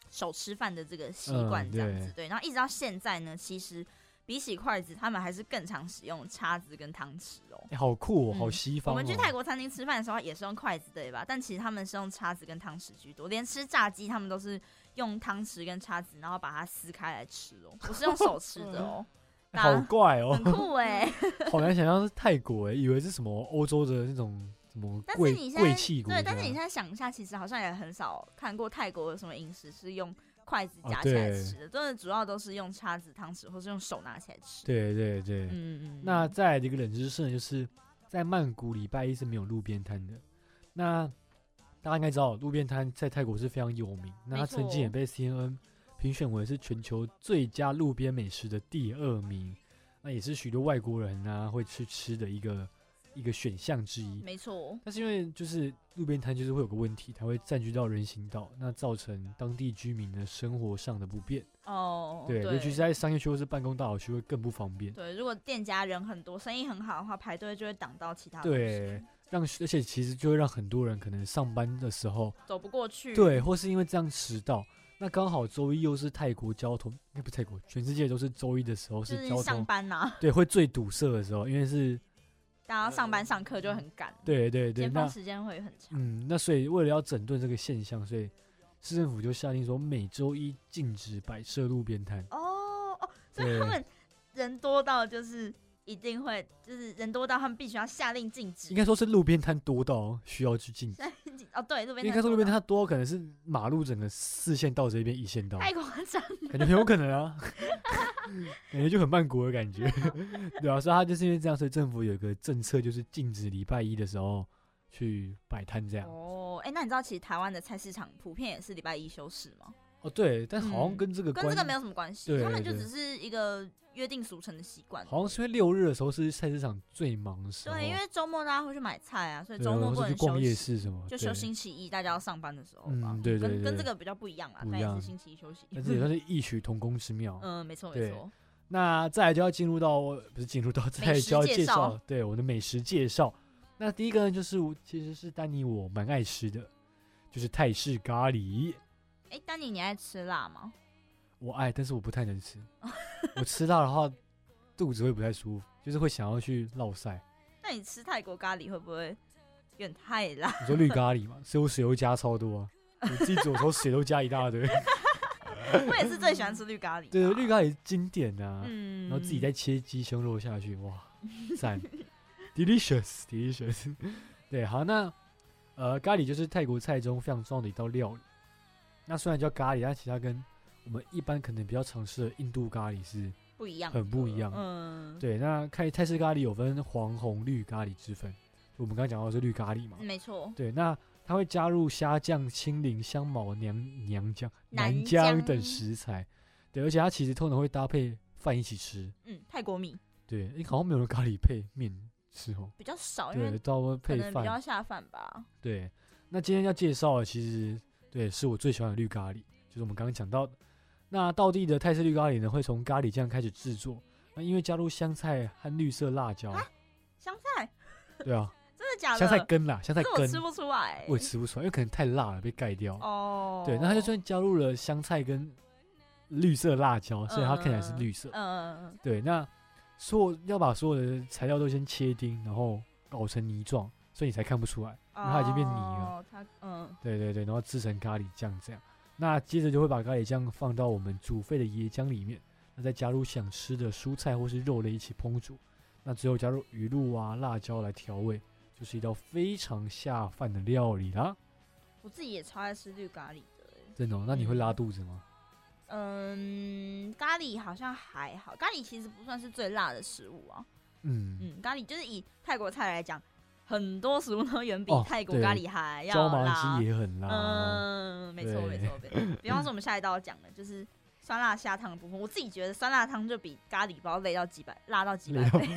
[SPEAKER 3] 手吃饭的这个习惯，
[SPEAKER 1] 嗯
[SPEAKER 3] 这样子、对。然后一直到现在呢，其实比起筷子，他们还是更常使用叉子跟汤匙哦。
[SPEAKER 1] 哎好酷哦，好
[SPEAKER 3] 嗯
[SPEAKER 1] 西方
[SPEAKER 3] 我
[SPEAKER 1] 哦。
[SPEAKER 3] 们去泰国餐厅吃饭的时候也是用筷子对吧？但其实他们是用叉子跟汤匙居多，连吃炸鸡他们都是用汤匙跟叉子，然后把它撕开来吃
[SPEAKER 1] *laughs*
[SPEAKER 3] 哦，不是用手吃的哦。
[SPEAKER 1] 哎好怪哦
[SPEAKER 3] 很。酷哎、
[SPEAKER 1] *laughs* 好难想象是泰国欸诶、以为是什么欧洲的那种什么
[SPEAKER 3] 但是
[SPEAKER 1] 贵
[SPEAKER 3] 你现在
[SPEAKER 1] 贵气国家。
[SPEAKER 3] 对，但是你现在想一下，其实好像也很少看过泰国有什么饮食是用筷子
[SPEAKER 1] 哦
[SPEAKER 3] 夹起来
[SPEAKER 1] 对
[SPEAKER 3] 吃的，真的主要都是用叉子、汤匙或是用手拿起来吃。
[SPEAKER 1] 对对对，
[SPEAKER 3] 嗯，嗯嗯，
[SPEAKER 1] 那再来的一个冷知识呢，就是在曼谷礼拜一是没有路边摊的。那大家应该知道，路边摊在泰国是非常有名，那它
[SPEAKER 3] 没错
[SPEAKER 1] 曾经也被 CNN 评选为是全球最佳路边美食的第二名，那也是许多外国人啊会去吃的一个一个选项之一。
[SPEAKER 3] 没错，
[SPEAKER 1] 但是因为就是路边摊就是会有个问题，它会占据到人行道，那造成当地居民的生活上的不便。
[SPEAKER 3] 哦，
[SPEAKER 1] 对，尤其是
[SPEAKER 3] 对。嗯
[SPEAKER 1] 在商业区或是办公大楼区会更不方便。
[SPEAKER 3] 对，如果店家人很多，生意很好的话，排队就会挡到其他东西
[SPEAKER 1] 对，让而且其实就会让很多人可能上班的时候，
[SPEAKER 3] 走不过去。
[SPEAKER 1] 对，或是因为这样迟到。那刚好周一又是泰国交通，那不是泰国，全世界都是周一的时候
[SPEAKER 3] 就是
[SPEAKER 1] 交
[SPEAKER 3] 上
[SPEAKER 1] 通，
[SPEAKER 3] 班呐、
[SPEAKER 1] 对，会最堵塞的时候，因为是，
[SPEAKER 3] 大家上班上课就很赶，，
[SPEAKER 1] 嗯对对对，
[SPEAKER 3] 尖
[SPEAKER 1] 那
[SPEAKER 3] 峰时间会很长。
[SPEAKER 1] 嗯，那所以为了要整顿这个现象，所以市政府就下令说每周一禁止摆设路边摊。
[SPEAKER 3] 哦哦，所以
[SPEAKER 1] 对
[SPEAKER 3] 他们人多到就是一定会，就是人多到他们必须要下令禁止
[SPEAKER 1] 应，该说是路边摊多到需要去禁止，
[SPEAKER 3] 景哦，对，路边
[SPEAKER 1] 应该说路边
[SPEAKER 3] 摊
[SPEAKER 1] 它多可能是马路整个四线道直接变一线道，
[SPEAKER 3] 太夸张了，
[SPEAKER 1] 感觉哎很有可能啊，感觉就很曼谷的感觉，对啊，所以他就是因为这样，所以政府有一个政策，就是禁止礼拜一的时候去摆摊这样。
[SPEAKER 3] 哦，哎、那你知道其实台湾的菜市场普遍也是礼拜一休市吗？
[SPEAKER 1] 哦，对，但好像
[SPEAKER 3] 嗯
[SPEAKER 1] 跟这个
[SPEAKER 3] 跟这
[SPEAKER 1] 关，
[SPEAKER 3] 个没有什么关系，
[SPEAKER 1] 对
[SPEAKER 3] 他们就
[SPEAKER 1] 对
[SPEAKER 3] 只是一个约定俗成的习惯。
[SPEAKER 1] 好像是因为六日的时候是菜市场最忙的时候，
[SPEAKER 3] 对，因为周末大家会去买菜啊，所以
[SPEAKER 1] 对
[SPEAKER 3] 周
[SPEAKER 1] 然
[SPEAKER 3] 末
[SPEAKER 1] 后
[SPEAKER 3] 不
[SPEAKER 1] 是去
[SPEAKER 3] 能
[SPEAKER 1] 逛
[SPEAKER 3] 休
[SPEAKER 1] 夜
[SPEAKER 3] 息，
[SPEAKER 1] 市什么，
[SPEAKER 3] 就
[SPEAKER 1] 对
[SPEAKER 3] 休。星期一大家要上班的时候吧。
[SPEAKER 1] 嗯，对对对，
[SPEAKER 3] 跟跟这个比较不一样啦，
[SPEAKER 1] 不
[SPEAKER 3] 但
[SPEAKER 1] 一
[SPEAKER 3] 也
[SPEAKER 1] 样
[SPEAKER 3] 是星期一休息。
[SPEAKER 1] 但是也算是异曲同工之妙。
[SPEAKER 3] 嗯，没错
[SPEAKER 1] 对
[SPEAKER 3] 没错。
[SPEAKER 1] 那再来就要进入到不是进入到再来就要
[SPEAKER 3] *laughs* 美
[SPEAKER 1] 介
[SPEAKER 3] 食介绍
[SPEAKER 1] 绍对我的美食介绍。那第一个呢，就是我其实是丹尼我蛮爱吃的，就是泰式咖喱，
[SPEAKER 3] 哎、丹尼，你爱吃辣吗？
[SPEAKER 1] 我爱，但是我不太能
[SPEAKER 3] *laughs*
[SPEAKER 1] 吃。我吃辣的话，肚子会不太舒服，就是会想要去落腮。
[SPEAKER 3] 那你吃泰国咖喱会不会有点太辣？ *laughs*
[SPEAKER 1] 你说绿咖喱嘛，所以我水又加超多啊，我自己煮的时候水都加一
[SPEAKER 3] *laughs*
[SPEAKER 1] 大堆。
[SPEAKER 3] 我也是最喜欢吃绿咖喱啦。
[SPEAKER 1] 对，绿咖喱经典啊。
[SPEAKER 3] 嗯，
[SPEAKER 1] 然后自己再切鸡胸肉下去，
[SPEAKER 3] *laughs*
[SPEAKER 1] 哇，赞，delicious delicious。对， *laughs* 好，那呃，咖喱就是泰国菜中非常重要的一道料理。那虽然叫咖喱，但其实它跟我们一般可能比较常吃的印度咖喱是
[SPEAKER 3] 不一样，
[SPEAKER 1] 很不一样的
[SPEAKER 3] 嗯，
[SPEAKER 1] 对。那看泰式咖喱有分黄、红、绿咖喱之分，就我们刚刚讲到的是绿咖喱嘛。
[SPEAKER 3] 嗯，没错。
[SPEAKER 1] 对，那它会加入虾酱、青柠、香茅、娘娘姜、
[SPEAKER 3] 南
[SPEAKER 1] 南姜
[SPEAKER 3] 姜
[SPEAKER 1] 等食材。对，而且它其实通常会搭配饭一起吃。
[SPEAKER 3] 嗯，泰国米
[SPEAKER 1] 对，诶好像没有人咖喱配面吃哦。
[SPEAKER 3] 比较少，因
[SPEAKER 1] 对，
[SPEAKER 3] 为
[SPEAKER 1] 大部分
[SPEAKER 3] 可
[SPEAKER 1] 配
[SPEAKER 3] 能比较
[SPEAKER 1] 饭。
[SPEAKER 3] 下饭吧。
[SPEAKER 1] 对，那今天要介绍的其实对是我最喜欢的绿咖喱，就是我们刚刚讲到的。那道地的泰式绿咖喱呢，会从咖喱酱开始制作。那因为加入香菜和绿色辣椒，
[SPEAKER 3] 香菜
[SPEAKER 1] 对啊，
[SPEAKER 3] 真啊 *laughs* 的假的？
[SPEAKER 1] 香菜根啦，香菜
[SPEAKER 3] 这我
[SPEAKER 1] 根
[SPEAKER 3] 吃不出来。
[SPEAKER 1] 我也吃不出来，因为可能太辣了被盖掉。
[SPEAKER 3] 哦，
[SPEAKER 1] 对，那它就算加入了香菜跟绿色辣椒，所以它看起来是
[SPEAKER 3] 嗯
[SPEAKER 1] 绿色。
[SPEAKER 3] 嗯，
[SPEAKER 1] 对，那所有要把所有的材料都先切丁，然后搞成泥状，所以你才看不出来。
[SPEAKER 3] 因
[SPEAKER 1] 为它已经变泥了。
[SPEAKER 3] 它嗯，
[SPEAKER 1] 对对对，然后制成咖喱酱这样。那接着就会把咖喱酱放到我们煮沸的椰浆里面，那再加入想吃的蔬菜或是肉类一起烹煮。那最后加入鱼露啊、辣椒来调味，就是一道非常下饭的料理啦。
[SPEAKER 3] 我自己也超爱吃绿咖喱的欸。
[SPEAKER 1] 真的哦、那你会拉肚子吗？
[SPEAKER 3] 嗯，咖喱好像还好，咖喱其实不算是最辣的食物啊。
[SPEAKER 1] 嗯，
[SPEAKER 3] 嗯，咖喱就是以泰国菜来讲，很多食物都远比
[SPEAKER 1] 哦
[SPEAKER 3] 泰国
[SPEAKER 1] 对
[SPEAKER 3] 咖喱还要
[SPEAKER 1] 椒麻
[SPEAKER 3] 辣
[SPEAKER 1] 鸡。也很辣。哦
[SPEAKER 3] 嗯，没错没
[SPEAKER 1] 对
[SPEAKER 3] 错没错。比方说我们下一道要讲的就是酸辣虾汤的部分，我自己觉得酸辣汤就比咖喱包累到几百，辣到几
[SPEAKER 1] 没有
[SPEAKER 3] 百 *laughs* 倍。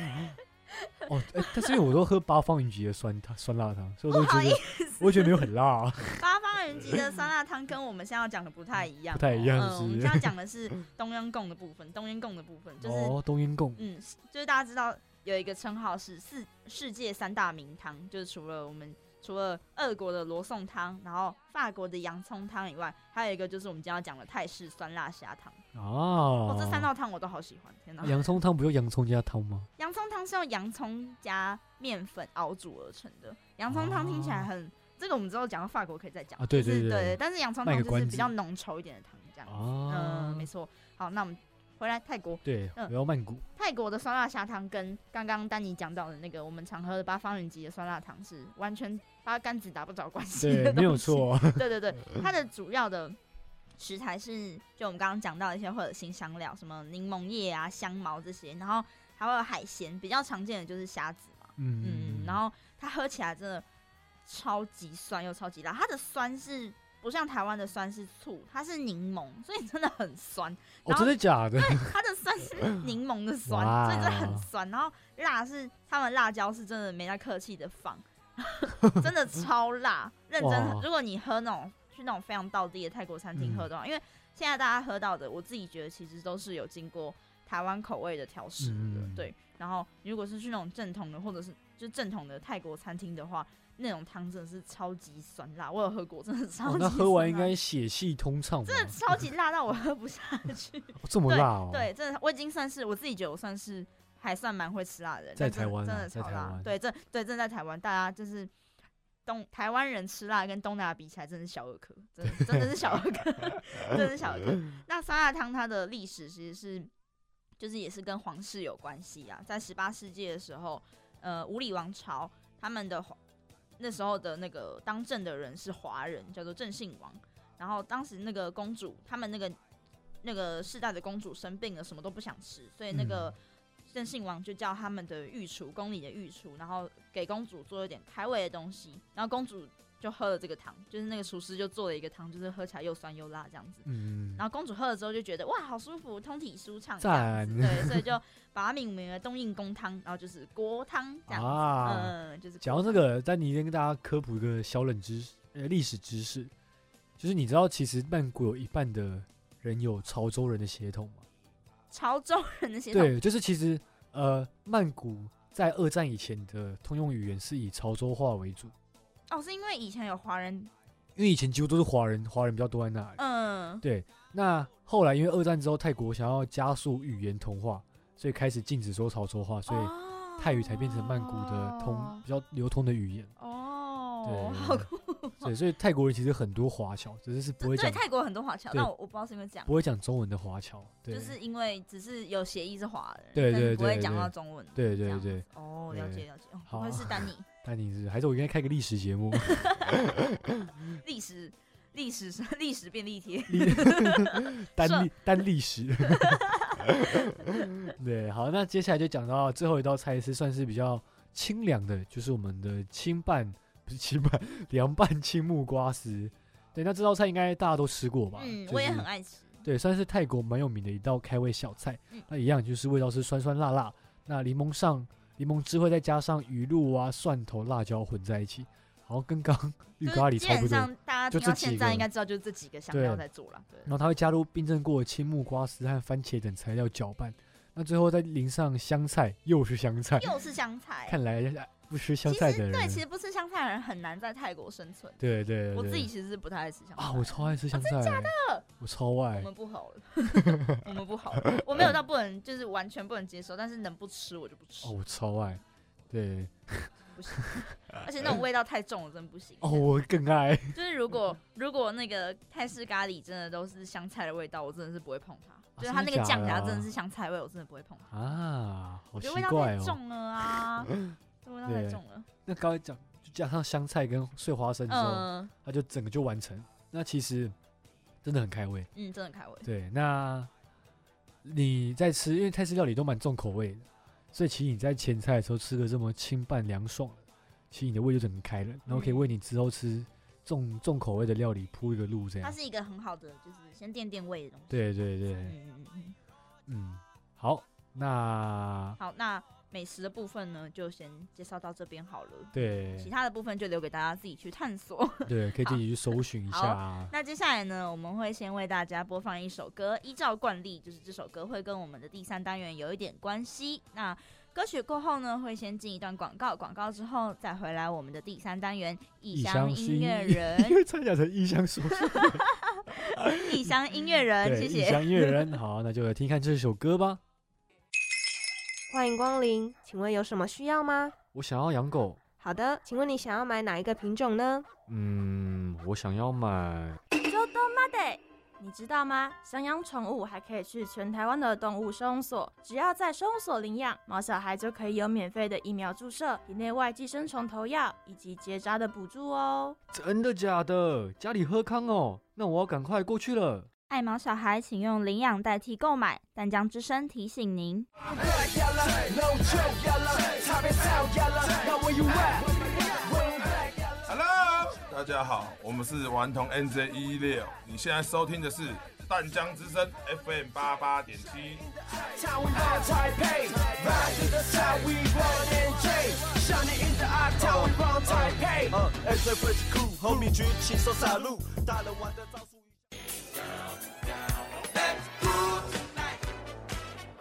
[SPEAKER 1] 哦，哎、但是因为我都喝八方云集的酸汤酸辣汤，所以我都觉
[SPEAKER 3] 不好
[SPEAKER 1] 得，我觉得没有很辣、啊。
[SPEAKER 3] 八方云集的酸辣汤跟我们现在要讲的不太一样哦，
[SPEAKER 1] 不太一样
[SPEAKER 3] 嗯，我
[SPEAKER 1] 是
[SPEAKER 3] 们现在讲的是东央贡的部分，东央贡的部分就是、
[SPEAKER 1] 哦，冬阴功，
[SPEAKER 3] 嗯，就是大家知道有一个称号是世世界三大名汤，就是除了我们除了俄国的罗宋汤，然后法国的洋葱汤以外，还有一个就是我们今天要讲的泰式酸辣虾汤。
[SPEAKER 1] 啊，
[SPEAKER 3] 哦，这三道汤我都好喜欢，天哪！
[SPEAKER 1] 洋葱汤不就洋葱加汤吗？
[SPEAKER 3] 洋葱汤是用洋葱加面粉熬煮而成的。洋葱汤听起来很，这个我们之后讲到法国可以再讲
[SPEAKER 1] 哦啊对
[SPEAKER 3] 就是
[SPEAKER 1] 对对
[SPEAKER 3] 对
[SPEAKER 1] 对
[SPEAKER 3] 但是洋葱
[SPEAKER 1] 卖
[SPEAKER 3] 汤
[SPEAKER 1] 个
[SPEAKER 3] 就是
[SPEAKER 1] 关
[SPEAKER 3] 比较
[SPEAKER 1] 子
[SPEAKER 3] 浓稠一点的汤，这样子。
[SPEAKER 1] 啊，
[SPEAKER 3] 嗯，没错。好，那我们回来泰国，
[SPEAKER 1] 对，
[SPEAKER 3] 嗯
[SPEAKER 1] 我要曼
[SPEAKER 3] *laughs*
[SPEAKER 1] 谷，
[SPEAKER 3] 泰国的酸辣虾汤跟刚刚丹尼讲到的那个我们常喝的八方云集的酸辣汤是完全八竿子打不着关系的
[SPEAKER 1] 对，没有
[SPEAKER 3] 东西。
[SPEAKER 1] 错，
[SPEAKER 3] *laughs* 对对对，它的主要的食材是就我们刚刚讲到的一些会有新香料，什么柠檬叶啊、香茅这些，然后还会有海鲜，比较常见的就是虾子嘛，嗯，然后它喝起来真的超级酸又超级辣，它的酸是不像台湾的酸是醋，它是柠檬，所以真的很酸，
[SPEAKER 1] 哦，
[SPEAKER 3] 然后
[SPEAKER 1] 真的假
[SPEAKER 3] *laughs*
[SPEAKER 1] 的？
[SPEAKER 3] 它的酸是柠檬的酸，
[SPEAKER 1] 哇
[SPEAKER 3] 所以真的很酸，然后辣是他们辣椒是真的没在客气的放， *laughs* 真的超
[SPEAKER 1] *laughs*
[SPEAKER 3] 辣，认真
[SPEAKER 1] 哇。
[SPEAKER 3] 如果你喝那种去那种非常道地的泰国餐厅
[SPEAKER 1] 嗯
[SPEAKER 3] 喝的话，因为现在大家喝到的，我自己觉得其实都是有经过台湾口味的调试的，
[SPEAKER 1] 嗯
[SPEAKER 3] 对。然后如果是去那种正统的，或者是就正统的泰国餐厅的话，那种汤真的是超级酸辣，我有喝过，真的超级
[SPEAKER 1] 哦
[SPEAKER 3] 酸辣、
[SPEAKER 1] 那喝完应该血气通畅吧？
[SPEAKER 3] 真的超级辣到我喝不下去。
[SPEAKER 1] 哦这么
[SPEAKER 3] 对
[SPEAKER 1] 辣哦？
[SPEAKER 3] 对，真的，我已经算是我自己觉得我算是还算蛮会吃辣的人，
[SPEAKER 1] 在
[SPEAKER 3] 但真的
[SPEAKER 1] 台湾啊
[SPEAKER 3] 真的
[SPEAKER 1] 在
[SPEAKER 3] 超
[SPEAKER 1] 台
[SPEAKER 3] 辣
[SPEAKER 1] 湾。
[SPEAKER 3] 对，这对正在台湾，大家就是东台湾人吃辣跟东南亚比起来，真的是小儿科，真的真的是小儿科，真的是小儿科。那酸辣汤它的历史其实是就是也是跟皇室有关系啊，在十八世纪的时候，呃，五里王朝他们的皇。那时候的那个当政的人是华人，叫做郑信王。然后当时那个公主，他们那个那个世代的公主生病了，什么都不想吃，所以那个郑信王就叫他们的御厨，宫里的御厨，然后给公主做一点开胃的东西。然后公主就喝了这个汤，就是那个厨师就做了一个汤，就是喝起来又酸又辣这样子。
[SPEAKER 1] 嗯，
[SPEAKER 3] 然后公主喝了之后就觉得哇，好舒服，通体舒畅，这样
[SPEAKER 1] 赞
[SPEAKER 3] 子对，所以就把它命名为冬阴功汤，然后就是国汤这样，
[SPEAKER 1] 啊，
[SPEAKER 3] 嗯，就是
[SPEAKER 1] 讲到这
[SPEAKER 3] 国汤，
[SPEAKER 1] 个，但你先跟大家科普一个小冷知识，呃，历史知识，就是你知道其实曼谷有一半的人有潮州人的血统吗？
[SPEAKER 3] 潮州人的血统，
[SPEAKER 1] 对，就是其实呃，曼谷在二战以前的通用语言是以潮州话为主，
[SPEAKER 3] 哦，是因为以前有华人，
[SPEAKER 1] 因为以前几乎都是华人，华人比较多在那里。
[SPEAKER 3] 嗯，
[SPEAKER 1] 对，那后来因为二战之后，泰国想要加速语言同化，所以开始禁止说潮州话，所以
[SPEAKER 3] 以
[SPEAKER 1] 泰语才变成曼谷的通、比较流通的语言。
[SPEAKER 3] 哦，
[SPEAKER 1] 对
[SPEAKER 3] 好酷，
[SPEAKER 1] 对，所以泰国人其实很多华侨，只是是不会
[SPEAKER 3] 对，
[SPEAKER 1] 讲
[SPEAKER 3] 泰国很多华侨，
[SPEAKER 1] 对
[SPEAKER 3] 但我我不知道是因为这样
[SPEAKER 1] 不。会讲中文的华侨。对，
[SPEAKER 3] 就是因为只是有协议是华人，
[SPEAKER 1] 对
[SPEAKER 3] 但
[SPEAKER 1] 对
[SPEAKER 3] 不会
[SPEAKER 1] 对
[SPEAKER 3] 讲
[SPEAKER 1] 对
[SPEAKER 3] 到中文。
[SPEAKER 1] 对
[SPEAKER 3] 这
[SPEAKER 1] 对
[SPEAKER 3] 样子
[SPEAKER 1] 对，
[SPEAKER 3] 哦，了解
[SPEAKER 1] 对
[SPEAKER 3] 了解，哦不
[SPEAKER 1] 好
[SPEAKER 3] 会是丹
[SPEAKER 1] *laughs*
[SPEAKER 3] 尼
[SPEAKER 1] 丹尼是还是我应该开个历史节目，
[SPEAKER 3] 历史历史是历史便利贴，
[SPEAKER 1] 单历 *laughs* 单历史。对，好，那接下来就讲到最后一道菜是算是比较清凉的，就是我们的清拌不是清拌凉拌青木瓜丝。对，那这道菜应该大家都吃过吧？
[SPEAKER 3] 嗯，
[SPEAKER 1] 就
[SPEAKER 3] 我也
[SPEAKER 1] 是
[SPEAKER 3] 很爱吃。
[SPEAKER 1] 对，算是泰国蛮有名的一道开胃小菜。
[SPEAKER 3] 嗯
[SPEAKER 1] 那一样就是味道是酸酸辣辣，那柠檬上柠檬汁会再加上鱼露啊、蒜头、辣椒混在一起，好像跟刚刚
[SPEAKER 3] 就
[SPEAKER 1] 绿
[SPEAKER 3] 是
[SPEAKER 1] 咖喱
[SPEAKER 3] 基
[SPEAKER 1] 差
[SPEAKER 3] 本
[SPEAKER 1] 不多。
[SPEAKER 3] 上大家
[SPEAKER 1] 就
[SPEAKER 3] 听到
[SPEAKER 1] 这几
[SPEAKER 3] 现在
[SPEAKER 1] 个
[SPEAKER 3] 应该知道，就是这几个香
[SPEAKER 1] 对
[SPEAKER 3] 料在做了。对
[SPEAKER 1] 然，后它会加入冰镇过的青木瓜丝和番茄等材料搅拌，那最后再淋上香菜，又是香菜。
[SPEAKER 3] 又是香菜。
[SPEAKER 1] 看来哎不吃香
[SPEAKER 3] 其
[SPEAKER 1] 菜
[SPEAKER 3] 实
[SPEAKER 1] 的人，
[SPEAKER 3] 对，其实不吃香菜的人很难在泰国生存。
[SPEAKER 1] 对对对
[SPEAKER 3] 我自己其哦实是不太爱吃香菜
[SPEAKER 1] 啊，我超爱吃香菜，真假的？我超
[SPEAKER 3] 我
[SPEAKER 1] 爱
[SPEAKER 3] 们不好了，我们不好
[SPEAKER 1] *laughs*
[SPEAKER 3] 了，我没有到不能，就是完全不能接受，但是能不吃我就不吃
[SPEAKER 1] 哦，，我超爱，
[SPEAKER 3] *laughs*
[SPEAKER 1] 对
[SPEAKER 3] 不行，而且那种味道太重了，真的不行。
[SPEAKER 1] 哎哦，我更
[SPEAKER 3] *laughs*
[SPEAKER 1] 爱。
[SPEAKER 3] 就是如果如果那个泰式咖喱真的都是香菜的味道，我真的是不会碰它。就是它那个
[SPEAKER 1] 真的假
[SPEAKER 3] 酱
[SPEAKER 1] 的
[SPEAKER 3] 料
[SPEAKER 1] 啊
[SPEAKER 3] 真的是香菜味，我真的不会碰它。
[SPEAKER 1] 啊，好
[SPEAKER 3] 我
[SPEAKER 1] 奇
[SPEAKER 3] 觉得味道
[SPEAKER 1] 怪
[SPEAKER 3] 太
[SPEAKER 1] 哦。
[SPEAKER 3] 重了啊，这味道太
[SPEAKER 1] 对
[SPEAKER 3] 重了。
[SPEAKER 1] 那刚才讲，就加上香菜跟碎花生之后，
[SPEAKER 3] 嗯
[SPEAKER 1] 它就整个就完成。那其实真的很开胃。
[SPEAKER 3] 嗯，真的开胃。
[SPEAKER 1] 对，那你在吃，因为泰式料理都蛮重口味的，所以其实你在前菜的时候吃个这么清淡凉爽的，其实你的胃就整个开了，然后
[SPEAKER 3] 嗯
[SPEAKER 1] 可以为你之后吃重重口味的料理铺一个路，这
[SPEAKER 3] 它
[SPEAKER 1] 样。
[SPEAKER 3] 是一个很好的，就是先垫垫胃的东西。
[SPEAKER 1] 对对
[SPEAKER 3] 嗯
[SPEAKER 1] 对，
[SPEAKER 3] 嗯嗯嗯。
[SPEAKER 1] 嗯，好，那
[SPEAKER 3] 好，那美食的部分呢，就先介绍到这边好了。
[SPEAKER 1] 对
[SPEAKER 3] 其他的部分就留给大家自己去探索。 *laughs*
[SPEAKER 1] 对，可以自己去搜寻一
[SPEAKER 3] 好
[SPEAKER 1] 下啊。
[SPEAKER 3] 那接下来呢，我们会先为大家播放一首歌，依照惯例，就是这首歌会跟我们的第三单元有一点关系。那歌曲过后呢，会先进一段广告，广告之后再回来我们的第三单元——异乡音乐
[SPEAKER 1] *laughs* 因
[SPEAKER 3] 人，
[SPEAKER 1] 为参加成异乡说
[SPEAKER 3] *laughs*
[SPEAKER 1] 书，
[SPEAKER 3] 异乡音乐 *laughs* 人，谢
[SPEAKER 1] 对，异
[SPEAKER 3] 谢。
[SPEAKER 1] 乡音乐人。好，那就来听看这首歌吧。
[SPEAKER 7] 欢迎光临，请问有什么需要吗？
[SPEAKER 1] 我想要养狗，
[SPEAKER 7] 好的，请问你想要买哪一个品种呢？
[SPEAKER 1] 嗯，我想要买
[SPEAKER 8] 周东妈得，你知道吗？想养宠物还可以去全台湾的动物收容所，只要在收容所领养毛小孩，就可以有免费的疫苗注射、体内外寄生虫投药以及结扎的补助哦。
[SPEAKER 1] 真的假的？家里喝康哦，那我要赶快过去了。
[SPEAKER 3] 爱毛小孩，请用领养代替购买。淡江之声提醒您。
[SPEAKER 9] Hello，大家好，我们是顽童 NJ 一六，你现在收听的是淡江之声 FM 八八点七。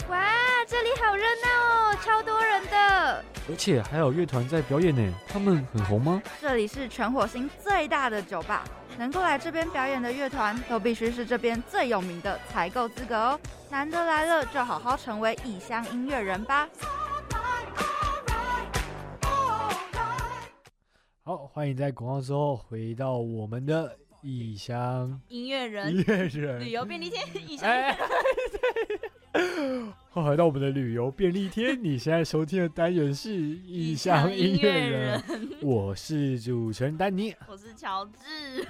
[SPEAKER 2] 哇，这里好热闹哦，超多人的。
[SPEAKER 1] 而且还有乐团在表演呢，他们很红吗？
[SPEAKER 4] 这里是全火星最大的酒吧，能够来这边表演的乐团都必须是这边最有名的才够资格哦。难得来了，就好好成为异乡音乐人吧。
[SPEAKER 1] 好，欢迎在广告之后回到我们的异乡
[SPEAKER 3] 音乐人
[SPEAKER 1] 音乐
[SPEAKER 3] 旅
[SPEAKER 1] 人。
[SPEAKER 3] *laughs* 游便利贴，异乡音乐
[SPEAKER 1] 哎， *laughs* 欢迎回到我们的旅游便利贴，你现在收听的单元是异乡
[SPEAKER 3] 乡
[SPEAKER 1] 音乐
[SPEAKER 3] 人
[SPEAKER 1] 人，，我是主持人丹尼。
[SPEAKER 3] 我是乔治，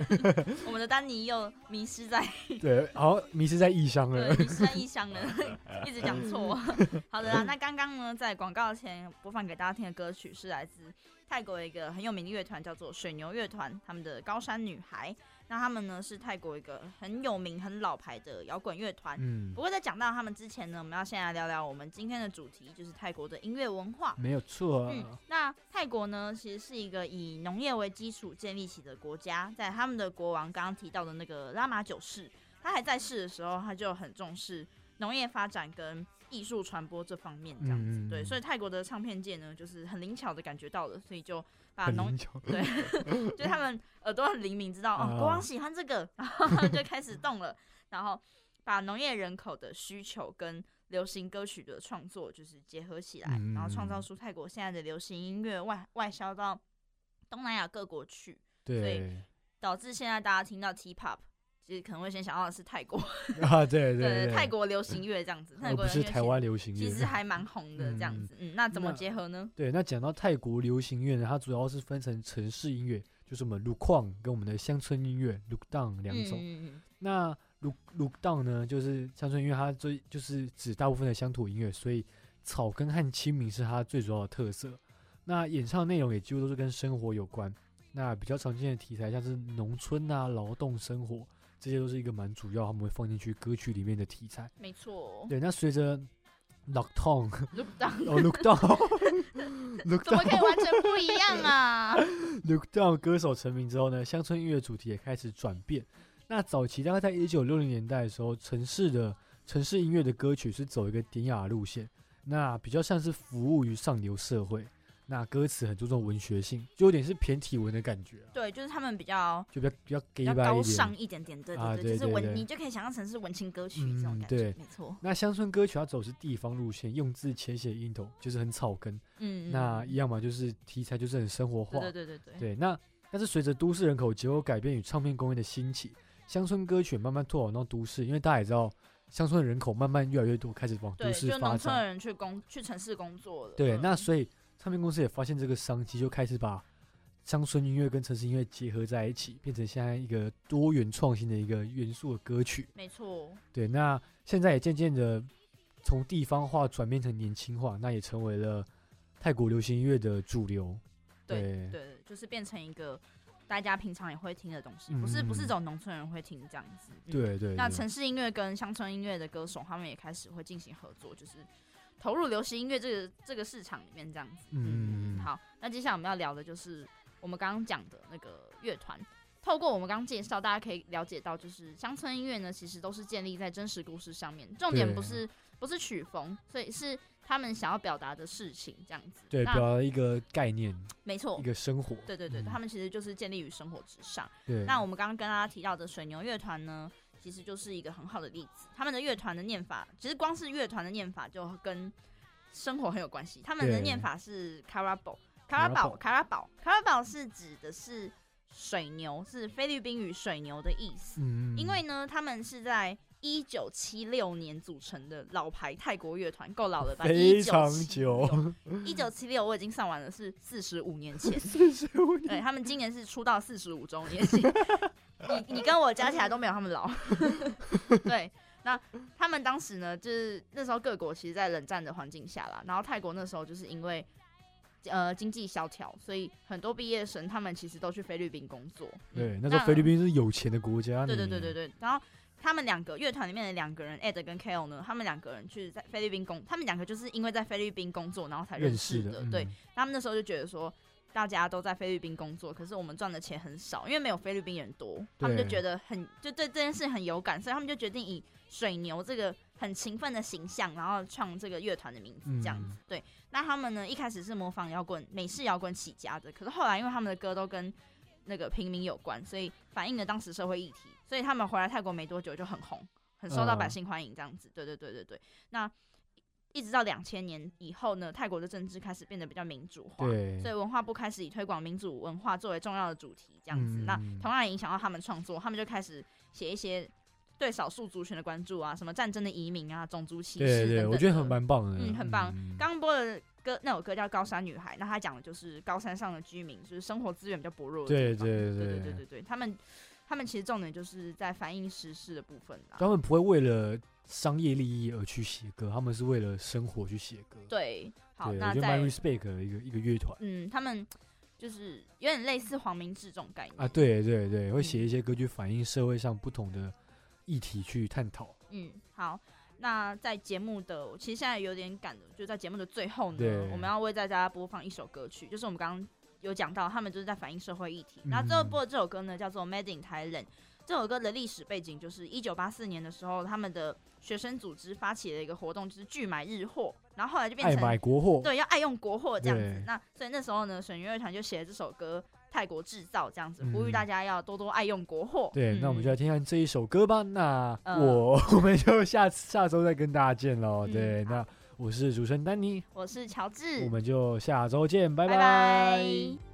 [SPEAKER 3] 我们的丹尼又迷失在
[SPEAKER 1] 对，好，迷失在异乡
[SPEAKER 3] 对
[SPEAKER 1] 了。
[SPEAKER 3] 迷失在异乡了， *laughs* 一直讲错。 *laughs* 好的啦，那刚刚呢，在广告前播放给大家听的歌曲是来自泰国一个很有名的乐团，叫做水牛乐团，他们的《高山女孩》。那他们呢是泰国一个很有名、很老牌的摇滚乐团。
[SPEAKER 1] 嗯
[SPEAKER 3] 不，过在讲到他们之前呢，我们要先来聊聊我们今天的主题，就是泰国的音乐文化。
[SPEAKER 1] 没有错啊。
[SPEAKER 3] 嗯，那泰国呢，其实是一个以农业为基础建立起的国家，在他们的国王刚刚提到的那个拉玛九世，他还在世的时候，他就很重视农业发展跟艺术传播这方面，这样子。
[SPEAKER 1] 嗯嗯嗯
[SPEAKER 3] 对，所以泰国的唱片界呢，就是很灵巧的感觉到了，所以就把
[SPEAKER 1] 很
[SPEAKER 3] 农
[SPEAKER 1] 灵，巧。
[SPEAKER 3] 就他们耳朵很灵敏，知道
[SPEAKER 1] 啊
[SPEAKER 3] 哦，国王喜欢这个， *laughs* 然后他们就开始动了，然后把农业人口的需求跟流行歌曲的创作就是结合起来，
[SPEAKER 1] 嗯
[SPEAKER 3] 然后创造出泰国现在的流行音乐外外销到东南亚各国去，
[SPEAKER 1] 对
[SPEAKER 3] 导致现在大家听到 T-pop，其实可能会先想到的是泰国，
[SPEAKER 1] *laughs* 啊，对对
[SPEAKER 3] 泰，国流行乐这样
[SPEAKER 1] *laughs*
[SPEAKER 3] 子，泰
[SPEAKER 1] 而不
[SPEAKER 3] 国流行
[SPEAKER 1] 是
[SPEAKER 3] 乐
[SPEAKER 1] 台湾流行
[SPEAKER 3] 其
[SPEAKER 1] 乐。
[SPEAKER 3] 实其实还蛮红的这样子，嗯，那怎么
[SPEAKER 1] 那
[SPEAKER 3] 结合呢？
[SPEAKER 1] 对，那讲到泰国流行乐呢，它主要是分成城市音乐，就是我们 l u k o n 跟我们的乡村音乐 l u k d o n 两种。
[SPEAKER 3] 嗯嗯
[SPEAKER 1] 那 l u l u k d o n 呢，就是乡村音乐，它最就是指大部分的乡土音乐，所以草根和清明是它最主要的特色。那演唱内容也几乎都是跟生活有关，那比较常见的题材像是农村啊、劳动生活，这些都是一个蛮主要他们会放进去歌曲里面的题材。
[SPEAKER 3] 嗯
[SPEAKER 1] *laughs*
[SPEAKER 3] 没错，
[SPEAKER 1] 对，那随着 lockdown
[SPEAKER 3] 就当
[SPEAKER 1] 哦 lockdown
[SPEAKER 3] *laughs* 怎么
[SPEAKER 1] lockdown
[SPEAKER 3] 可以完全不一样啊？
[SPEAKER 1] Look Down 歌手成名之后呢，乡村音乐主题也开始转变。那早期大概在一九六零年代的时候，城市的城市音乐的歌曲是走一个典雅的路线，那比较像是服务于上流社会。那歌词很注重文学性，就有点是偏体文的感觉、啊，
[SPEAKER 3] 对，就是他们比较
[SPEAKER 1] 就比较比较 gay
[SPEAKER 3] 比较
[SPEAKER 1] 吧
[SPEAKER 3] 高
[SPEAKER 1] 一
[SPEAKER 3] 尚
[SPEAKER 1] 点。
[SPEAKER 3] 一点点，对
[SPEAKER 1] 啊
[SPEAKER 3] 对，
[SPEAKER 1] 对
[SPEAKER 3] 就是
[SPEAKER 1] 对
[SPEAKER 3] 文，
[SPEAKER 1] 对
[SPEAKER 3] 你就可以想象成是文青歌曲这种
[SPEAKER 1] 嗯
[SPEAKER 3] 感觉，
[SPEAKER 1] 对
[SPEAKER 3] 没错，
[SPEAKER 1] 那乡村歌曲它走是地方路线，用字浅显易懂，就是很草根。
[SPEAKER 3] 嗯，
[SPEAKER 1] 那一
[SPEAKER 3] 嗯
[SPEAKER 1] 样嘛，就是题材就是很生活化。
[SPEAKER 3] 对对对对对，
[SPEAKER 1] 对，那但是随着都市人口结构改变与唱片工业的兴起，乡村歌曲慢慢拓展到都市，因为大家也知道，乡村的人口慢慢越来越多，开始往都
[SPEAKER 3] 对，
[SPEAKER 1] 市
[SPEAKER 3] 就
[SPEAKER 1] 发
[SPEAKER 3] 农村的
[SPEAKER 1] 展。
[SPEAKER 3] 人去工去城市工作了，
[SPEAKER 1] 对，
[SPEAKER 3] 嗯
[SPEAKER 1] 那所以唱片公司也发现这个商机，就开始把乡村音乐跟城市音乐结合在一起，变成现在一个多元创新的一个元素的歌曲。
[SPEAKER 3] 没错，
[SPEAKER 1] 对，那现在也渐渐的从地方化转变成年轻化，那也成为了泰国流行音乐的主流。
[SPEAKER 3] 对嗯
[SPEAKER 1] 对
[SPEAKER 3] 对，就是变成一个大家平常也会听的东西，不是不
[SPEAKER 1] 嗯
[SPEAKER 3] 是这种农村人会听这样子，嗯
[SPEAKER 1] 对对
[SPEAKER 3] 那
[SPEAKER 1] 对
[SPEAKER 3] 城市音乐跟乡村音乐的歌手，他们也开始会进行合作，就是投入流行音乐这个这个市场里面这样子。
[SPEAKER 1] 嗯嗯嗯
[SPEAKER 3] 好，那接下来我们要聊的就是我们刚刚讲的那个乐团。透过我们刚刚介绍，大家可以了解到，就是乡村音乐呢，其实都是建立在真实故事上面，重点
[SPEAKER 1] 对
[SPEAKER 3] 不是不是曲风，所以是他们想要表达的事情这样子。
[SPEAKER 1] 对，
[SPEAKER 3] 那
[SPEAKER 1] 表达一个概念，
[SPEAKER 3] 没错
[SPEAKER 1] 一，个生活。
[SPEAKER 3] 对对对，
[SPEAKER 1] 嗯
[SPEAKER 3] 他们其实就是建立于生活之上。
[SPEAKER 1] 对，
[SPEAKER 3] 那我们刚刚跟大家提到的水牛乐团呢，其实就是一个很好的例子。他们的乐团的念法，其实光是乐团的念法就跟生活很有关系。他们的
[SPEAKER 1] 对
[SPEAKER 3] 念法是 carabao。卡拉宝，
[SPEAKER 1] Carabao
[SPEAKER 3] 卡拉宝，卡拉宝是指的是水牛，是菲律宾语“水牛”的意思。
[SPEAKER 1] 嗯，
[SPEAKER 3] 因为呢，他们是在一九七六年组成的老牌泰国乐团，够老了吧？
[SPEAKER 1] 非常久
[SPEAKER 3] 久，一九七六我已经上完了，是四十五年前。
[SPEAKER 1] 四十五
[SPEAKER 3] 对他们今年是出道四十五周年， *laughs* 你你跟我加起来都没有他们
[SPEAKER 1] *laughs*
[SPEAKER 3] 老。对，那他们当时呢，就是那时候各国其实，在冷战的环境下啦，然后泰国那时候就是因为呃经济萧条，所以很多毕业生他们其实都去菲律宾工作。
[SPEAKER 1] 对
[SPEAKER 3] 嗯，
[SPEAKER 1] 那时候菲律。宾是有钱的国家，
[SPEAKER 3] 对对
[SPEAKER 1] 你
[SPEAKER 3] 对对，对，然后。他们两个乐团里面的两个人，Ed 跟 Kale 呢，他们两个人去在菲律宾工，他们两个就是因为在菲律宾工作，然后才认
[SPEAKER 1] 认
[SPEAKER 3] 识
[SPEAKER 1] 识
[SPEAKER 3] 的。
[SPEAKER 1] 的，
[SPEAKER 3] 对，
[SPEAKER 1] 嗯
[SPEAKER 3] 他们那时候就觉得说，大家都在菲律宾工作，可是我们赚的钱很少，因为没有菲律宾人多，他们就觉得很就对这件事很有感，所以他们就决定以水牛这个很勤奋的形象，然后创这个乐团的名字这样子。
[SPEAKER 1] 嗯
[SPEAKER 3] 对，那他们呢一开始是模仿摇滚美式摇滚起家的，可是后来因为他们的歌都跟那个平民有关，所以反映了当时社会议题，所以他们回来泰国没多久就很红，很受到
[SPEAKER 1] 嗯
[SPEAKER 3] 百姓欢迎这样子。对对对对对，那。一直到两千年以后呢，泰国的政治开始变得比较民主化，所以
[SPEAKER 1] 对，
[SPEAKER 3] 文化部开始以推广民主文化作为重要的主题，这样子。
[SPEAKER 1] 嗯
[SPEAKER 3] 那同样也影响到他们创作，他们就开始写一些对少数族群的关注啊，什么战争的移民啊、种族歧视
[SPEAKER 1] 对
[SPEAKER 3] 等
[SPEAKER 1] 对，
[SPEAKER 3] 等
[SPEAKER 1] 我觉得
[SPEAKER 3] 的
[SPEAKER 1] 很蛮棒的，
[SPEAKER 3] 嗯，很棒。刚刚播的歌那首歌叫《高山女孩》，那它讲的就是高山上的居民，就是生活资源比较薄弱的
[SPEAKER 1] 对
[SPEAKER 3] 地方。
[SPEAKER 1] 对
[SPEAKER 3] 对
[SPEAKER 1] 对
[SPEAKER 3] 对对对对，他们他们其实重点就是在反映时事的部分啦。
[SPEAKER 1] 他们不会为了商业利益而去写歌，他们是为了生活去写歌。
[SPEAKER 3] 对，好，
[SPEAKER 1] 对，
[SPEAKER 3] 那
[SPEAKER 1] 我觉得蛮
[SPEAKER 3] 在
[SPEAKER 1] respect 的一个一个乐团
[SPEAKER 3] 嗯，他们就是有点类似黄明志这种概念
[SPEAKER 1] 啊，，对对对，
[SPEAKER 3] 嗯
[SPEAKER 1] 会写一些歌去反映社会上不同的议题去探讨。
[SPEAKER 3] 嗯，好。那在节目的，我其实现在有点赶的，就在节目的最后呢
[SPEAKER 1] 对，
[SPEAKER 3] 我们要为大家播放一首歌曲，就是我们刚刚有讲到，他们就是在反映社会议题。
[SPEAKER 1] 嗯
[SPEAKER 3] 那最后播的这首歌呢，叫做《Made in Thailand》。这首歌的历史背景就是一九八四年的时候，他们的学生组织发起了一个活动，就是拒买日货，然后后来就变
[SPEAKER 1] 爱
[SPEAKER 3] 成
[SPEAKER 1] 买国货，
[SPEAKER 3] 对，要爱用国货这样
[SPEAKER 1] 对
[SPEAKER 3] 子。那所以那时候呢，选乐团就写了这首歌《泰国制造》这样子，呼吁大家要多多爱用国货。
[SPEAKER 1] 嗯对，那我们就
[SPEAKER 3] 嗯
[SPEAKER 1] 来听看这一首歌吧。那
[SPEAKER 3] 呃
[SPEAKER 1] 我 *laughs* 我们就下次下周再跟大家见喽。
[SPEAKER 3] 嗯
[SPEAKER 1] 对，那我是主持人丹尼，
[SPEAKER 3] 我是乔治，
[SPEAKER 1] 我们就下周见，拜
[SPEAKER 3] 拜拜